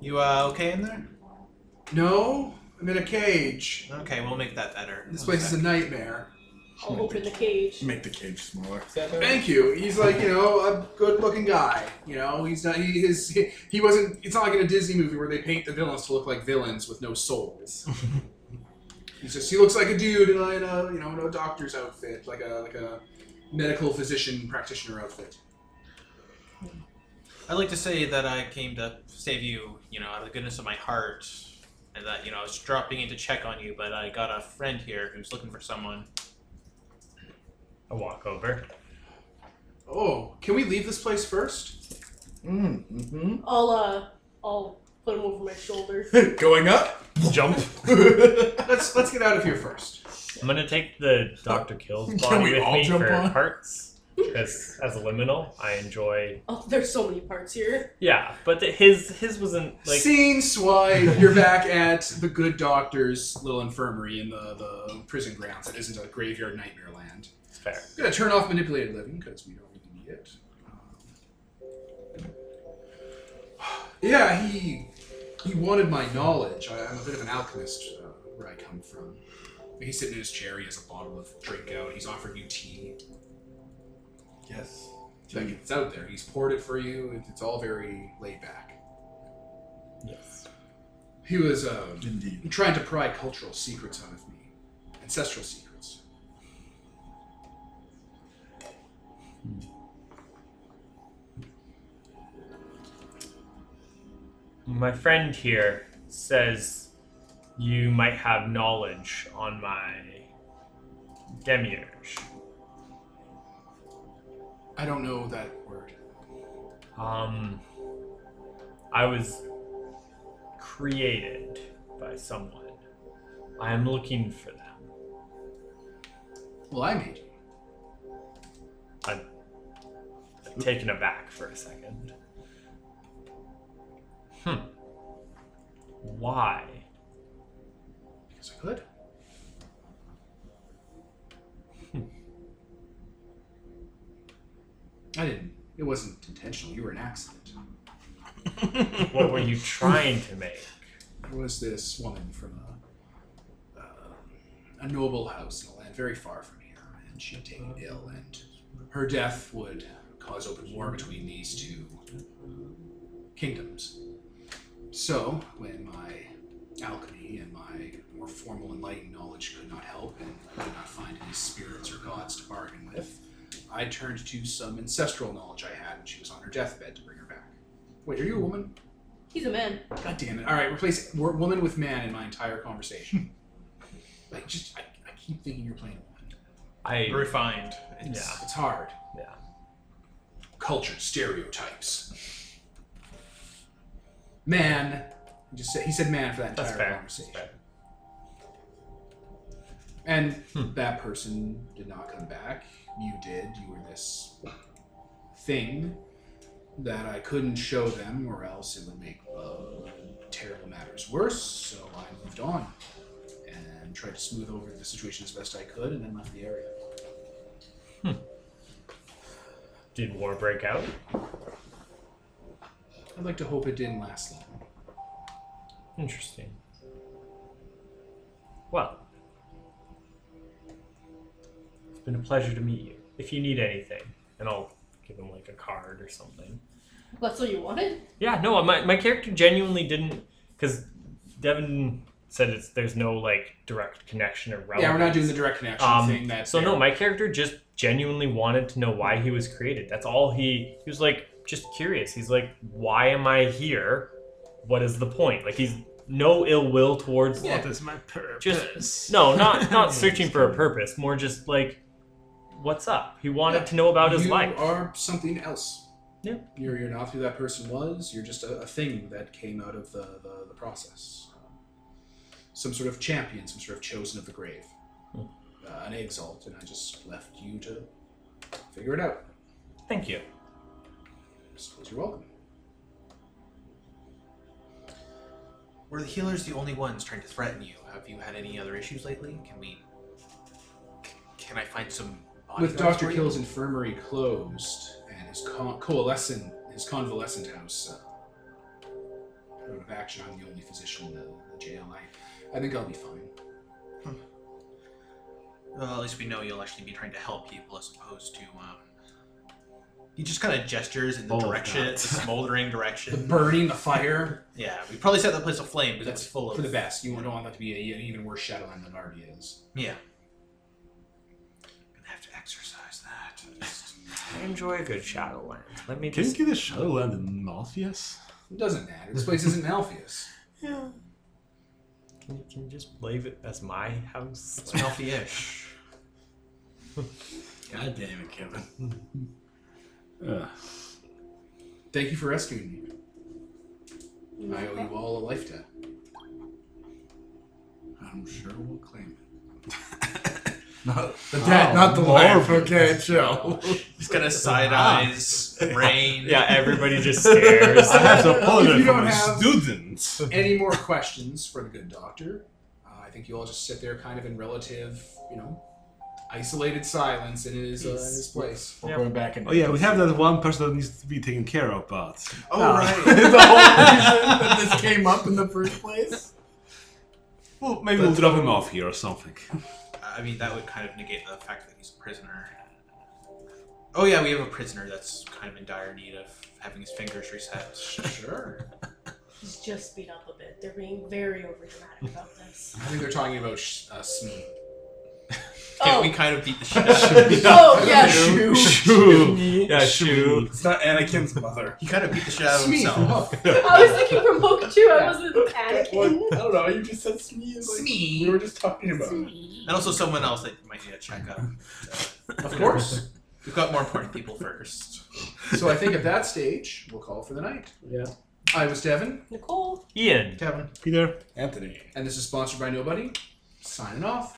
D: You uh, okay in there?
A: No, I'm in a cage.
D: Okay, we'll make that better.
A: This
D: One
A: place is
D: sec.
A: a nightmare.
E: I'll open the cage.
B: Make the cage smaller.
A: Thank you. He's like you know a good-looking guy. You know he's not he his he, he wasn't. It's not like in a Disney movie where they paint the villains to look like villains with no souls. He says he looks like a dude in a, in a you know in a doctor's outfit, like a like a medical physician practitioner outfit.
D: I'd like to say that I came to save you, you know, out of the goodness of my heart, and that you know I was dropping in to check on you, but I got a friend here who's looking for someone.
F: I walk over.
A: Oh, can we leave this place first?
B: Mm,
E: I'll uh, I'll put him over my shoulder.
B: hmm Going up.
F: Jump.
A: Let's let's get out of here first.
F: I'm gonna take the Doctor Kill's
B: Can
F: body
B: we
F: with
B: all
F: me
B: jump
F: for
B: on?
F: parts. Because as a liminal, I enjoy.
E: Oh, there's so many parts here.
F: Yeah, but the, his his wasn't like
A: Scene swipe. You're back at the good doctor's little infirmary in the, the prison grounds. It isn't a graveyard nightmare land.
F: fair.
A: I'm gonna turn off manipulated living because we don't really need it. Um, yeah, he he wanted my knowledge. I, I'm a bit of an alchemist uh, where I come from. He's sitting in his chair. He has a bottle of drink out. He's offered you tea.
B: Yes.
A: Like, it's out there. He's poured it for you. It, it's all very laid back.
F: Yes.
A: He was um,
B: Indeed.
A: trying to pry cultural secrets out of me, ancestral secrets.
F: My friend here says you might have knowledge on my demiurge.
A: I don't know that word.
F: Um, I was created by someone. I am looking for them.
A: Well, I made you.
F: I'm taken aback for a second. Hmm. Why?
A: Because I could. I didn't. It wasn't intentional. You were an accident.
F: What were you trying to make?
A: There was this woman from a, um a noble house in a land very far from here, and she had taken ill, and her death would cause open war between these two kingdoms. So, when my alchemy and my more formal enlightened knowledge could not help, and I could not find any spirits or gods to bargain with, I turned to some ancestral knowledge I had when she was on her deathbed to bring her back. Wait, are you a woman?
E: He's a man.
A: God damn it. All right, replace wo- woman with man in my entire conversation. like, just, I, I keep thinking you're playing woman.
F: I
D: Refined. It's-
F: Yeah.
A: It's hard.
F: Yeah.
A: Culture, stereotypes. Man. He Just said, he said man for that entire
F: That's fair.
A: conversation.
F: That's fair.
A: And
F: Hmm.
A: that person did not come back. You did. You were this thing that I couldn't show them, or else it would make uh, terrible matters worse. So I moved on and tried to smooth over the situation as best I could, and then left the area.
F: did war break out.
A: I'd like to hope it didn't last long.
F: Interesting. Well, it's been a pleasure to meet you. If you need anything, and I'll give him like a card or something.
E: That's what you wanted.
F: Yeah, no, my, my character genuinely didn't because Devin said it's there's no like direct connection or relevance.
A: Yeah, we're not doing the direct connection
F: Oh. Um,
A: thing. That's
F: So no, my character just genuinely wanted to know why he was created. That's all he he was like just curious. He's like, why am I here? What is the point? Like he's no ill will towards
C: What is my purpose?
F: just no, not not
C: Just
F: searching for a
C: kidding.
F: purpose, more just like what's up. He wanted
A: Yeah.
F: to know about his
A: you
F: life.
A: are something else.
F: Yeah.
A: You're, you're not who that person was. You're just a, a thing that came out of the, the, the process. Some sort of champion, some sort of chosen of the grave.
F: Hmm.
A: Uh, an exalt, and I just left you to figure it out.
F: Thank you.
A: I suppose you're welcome.
D: Were the healers the only ones trying to threaten you? Have you had any other issues lately? Can we? Can I find some?
A: With
D: bodyguards
A: Dr.
D: for you?
A: Kill's infirmary closed and his co- coalescent, his convalescent house uh, out of action, I'm the only physician in the, the jail. I, I think I'll be fine.
D: Well, at least we know you'll actually be trying to help people as opposed to um, He just kind of gestures in the
C: All of
D: direction,
C: that.
D: the smoldering
J: The
D: direction.
J: burning, the fire.
D: Yeah, we probably set the place aflame because
A: That's
D: it's full
A: for the
D: of.
A: best. You don't want that to be a, an even worse Shadowland than it already is.
D: Yeah. Gonna have to exercise that.
F: I enjoy a good Shadowland. Let me
C: Can you
F: just.
C: get a Shadowland in Malpheus?
A: It doesn't matter. This place isn't Malpheus.
F: Yeah. Can you, can you just leave it as my house?
D: It's Malfi-ish.
B: God damn it, Kevin.
C: Ugh.
A: Thank you for rescuing me. I owe you all a lifetime.
B: I'm sure we'll claim it. not the
C: Oh,
B: debt, not the life.
C: Lord.
B: Okay, chill.
D: He's gonna side eyes, rain.
F: Yeah, everybody just stares.
C: I have to apologize
A: you
C: for
A: don't
C: my
A: have-
C: students.
A: Any more questions for the good doctor? Uh, I think you all just sit there, kind of in relative, you know, isolated silence in his uh, in his place.
B: We're
F: Yep.
B: going back and.
C: Oh yeah, we have that one person that needs to be taken care of, but
D: Oh
C: Ah.
B: the
D: right.
B: whole reason that this came up in the first place.
C: well, maybe we'll drop him off here or something.
D: I mean, that would kind of negate the fact that he's a prisoner. Oh yeah, we have a prisoner that's kind of in dire need of having his fingers reset.
A: Sure.
E: He's just beat up a bit. They're being very overdramatic about this.
A: I think they're talking about sh- uh, Smee.
D: Can
E: oh,
D: we kind of beat the shit out of him?
E: oh yes.
C: Shoo. Shoo. Yeah, shoo.
B: It's not Anakin's mother.
D: He kind of beat the shit out of
A: Smee. oh,
D: himself.
E: I was thinking from Hook too. I wasn't Anakin.
B: I don't know. You just said Smee. Is
A: Smee.
B: We were just talking about. it.
E: Sweet.
D: And also someone else that you might need to check up.
A: Of course.
D: We've got more important people first.
A: so I think at that stage, we'll call it for the night.
B: Yeah.
A: I was Devin,
E: Nicole.
F: Ian.
A: Kevin,
C: Peter.
B: Anthony.
A: and this is sponsored by Nobody. Signing off.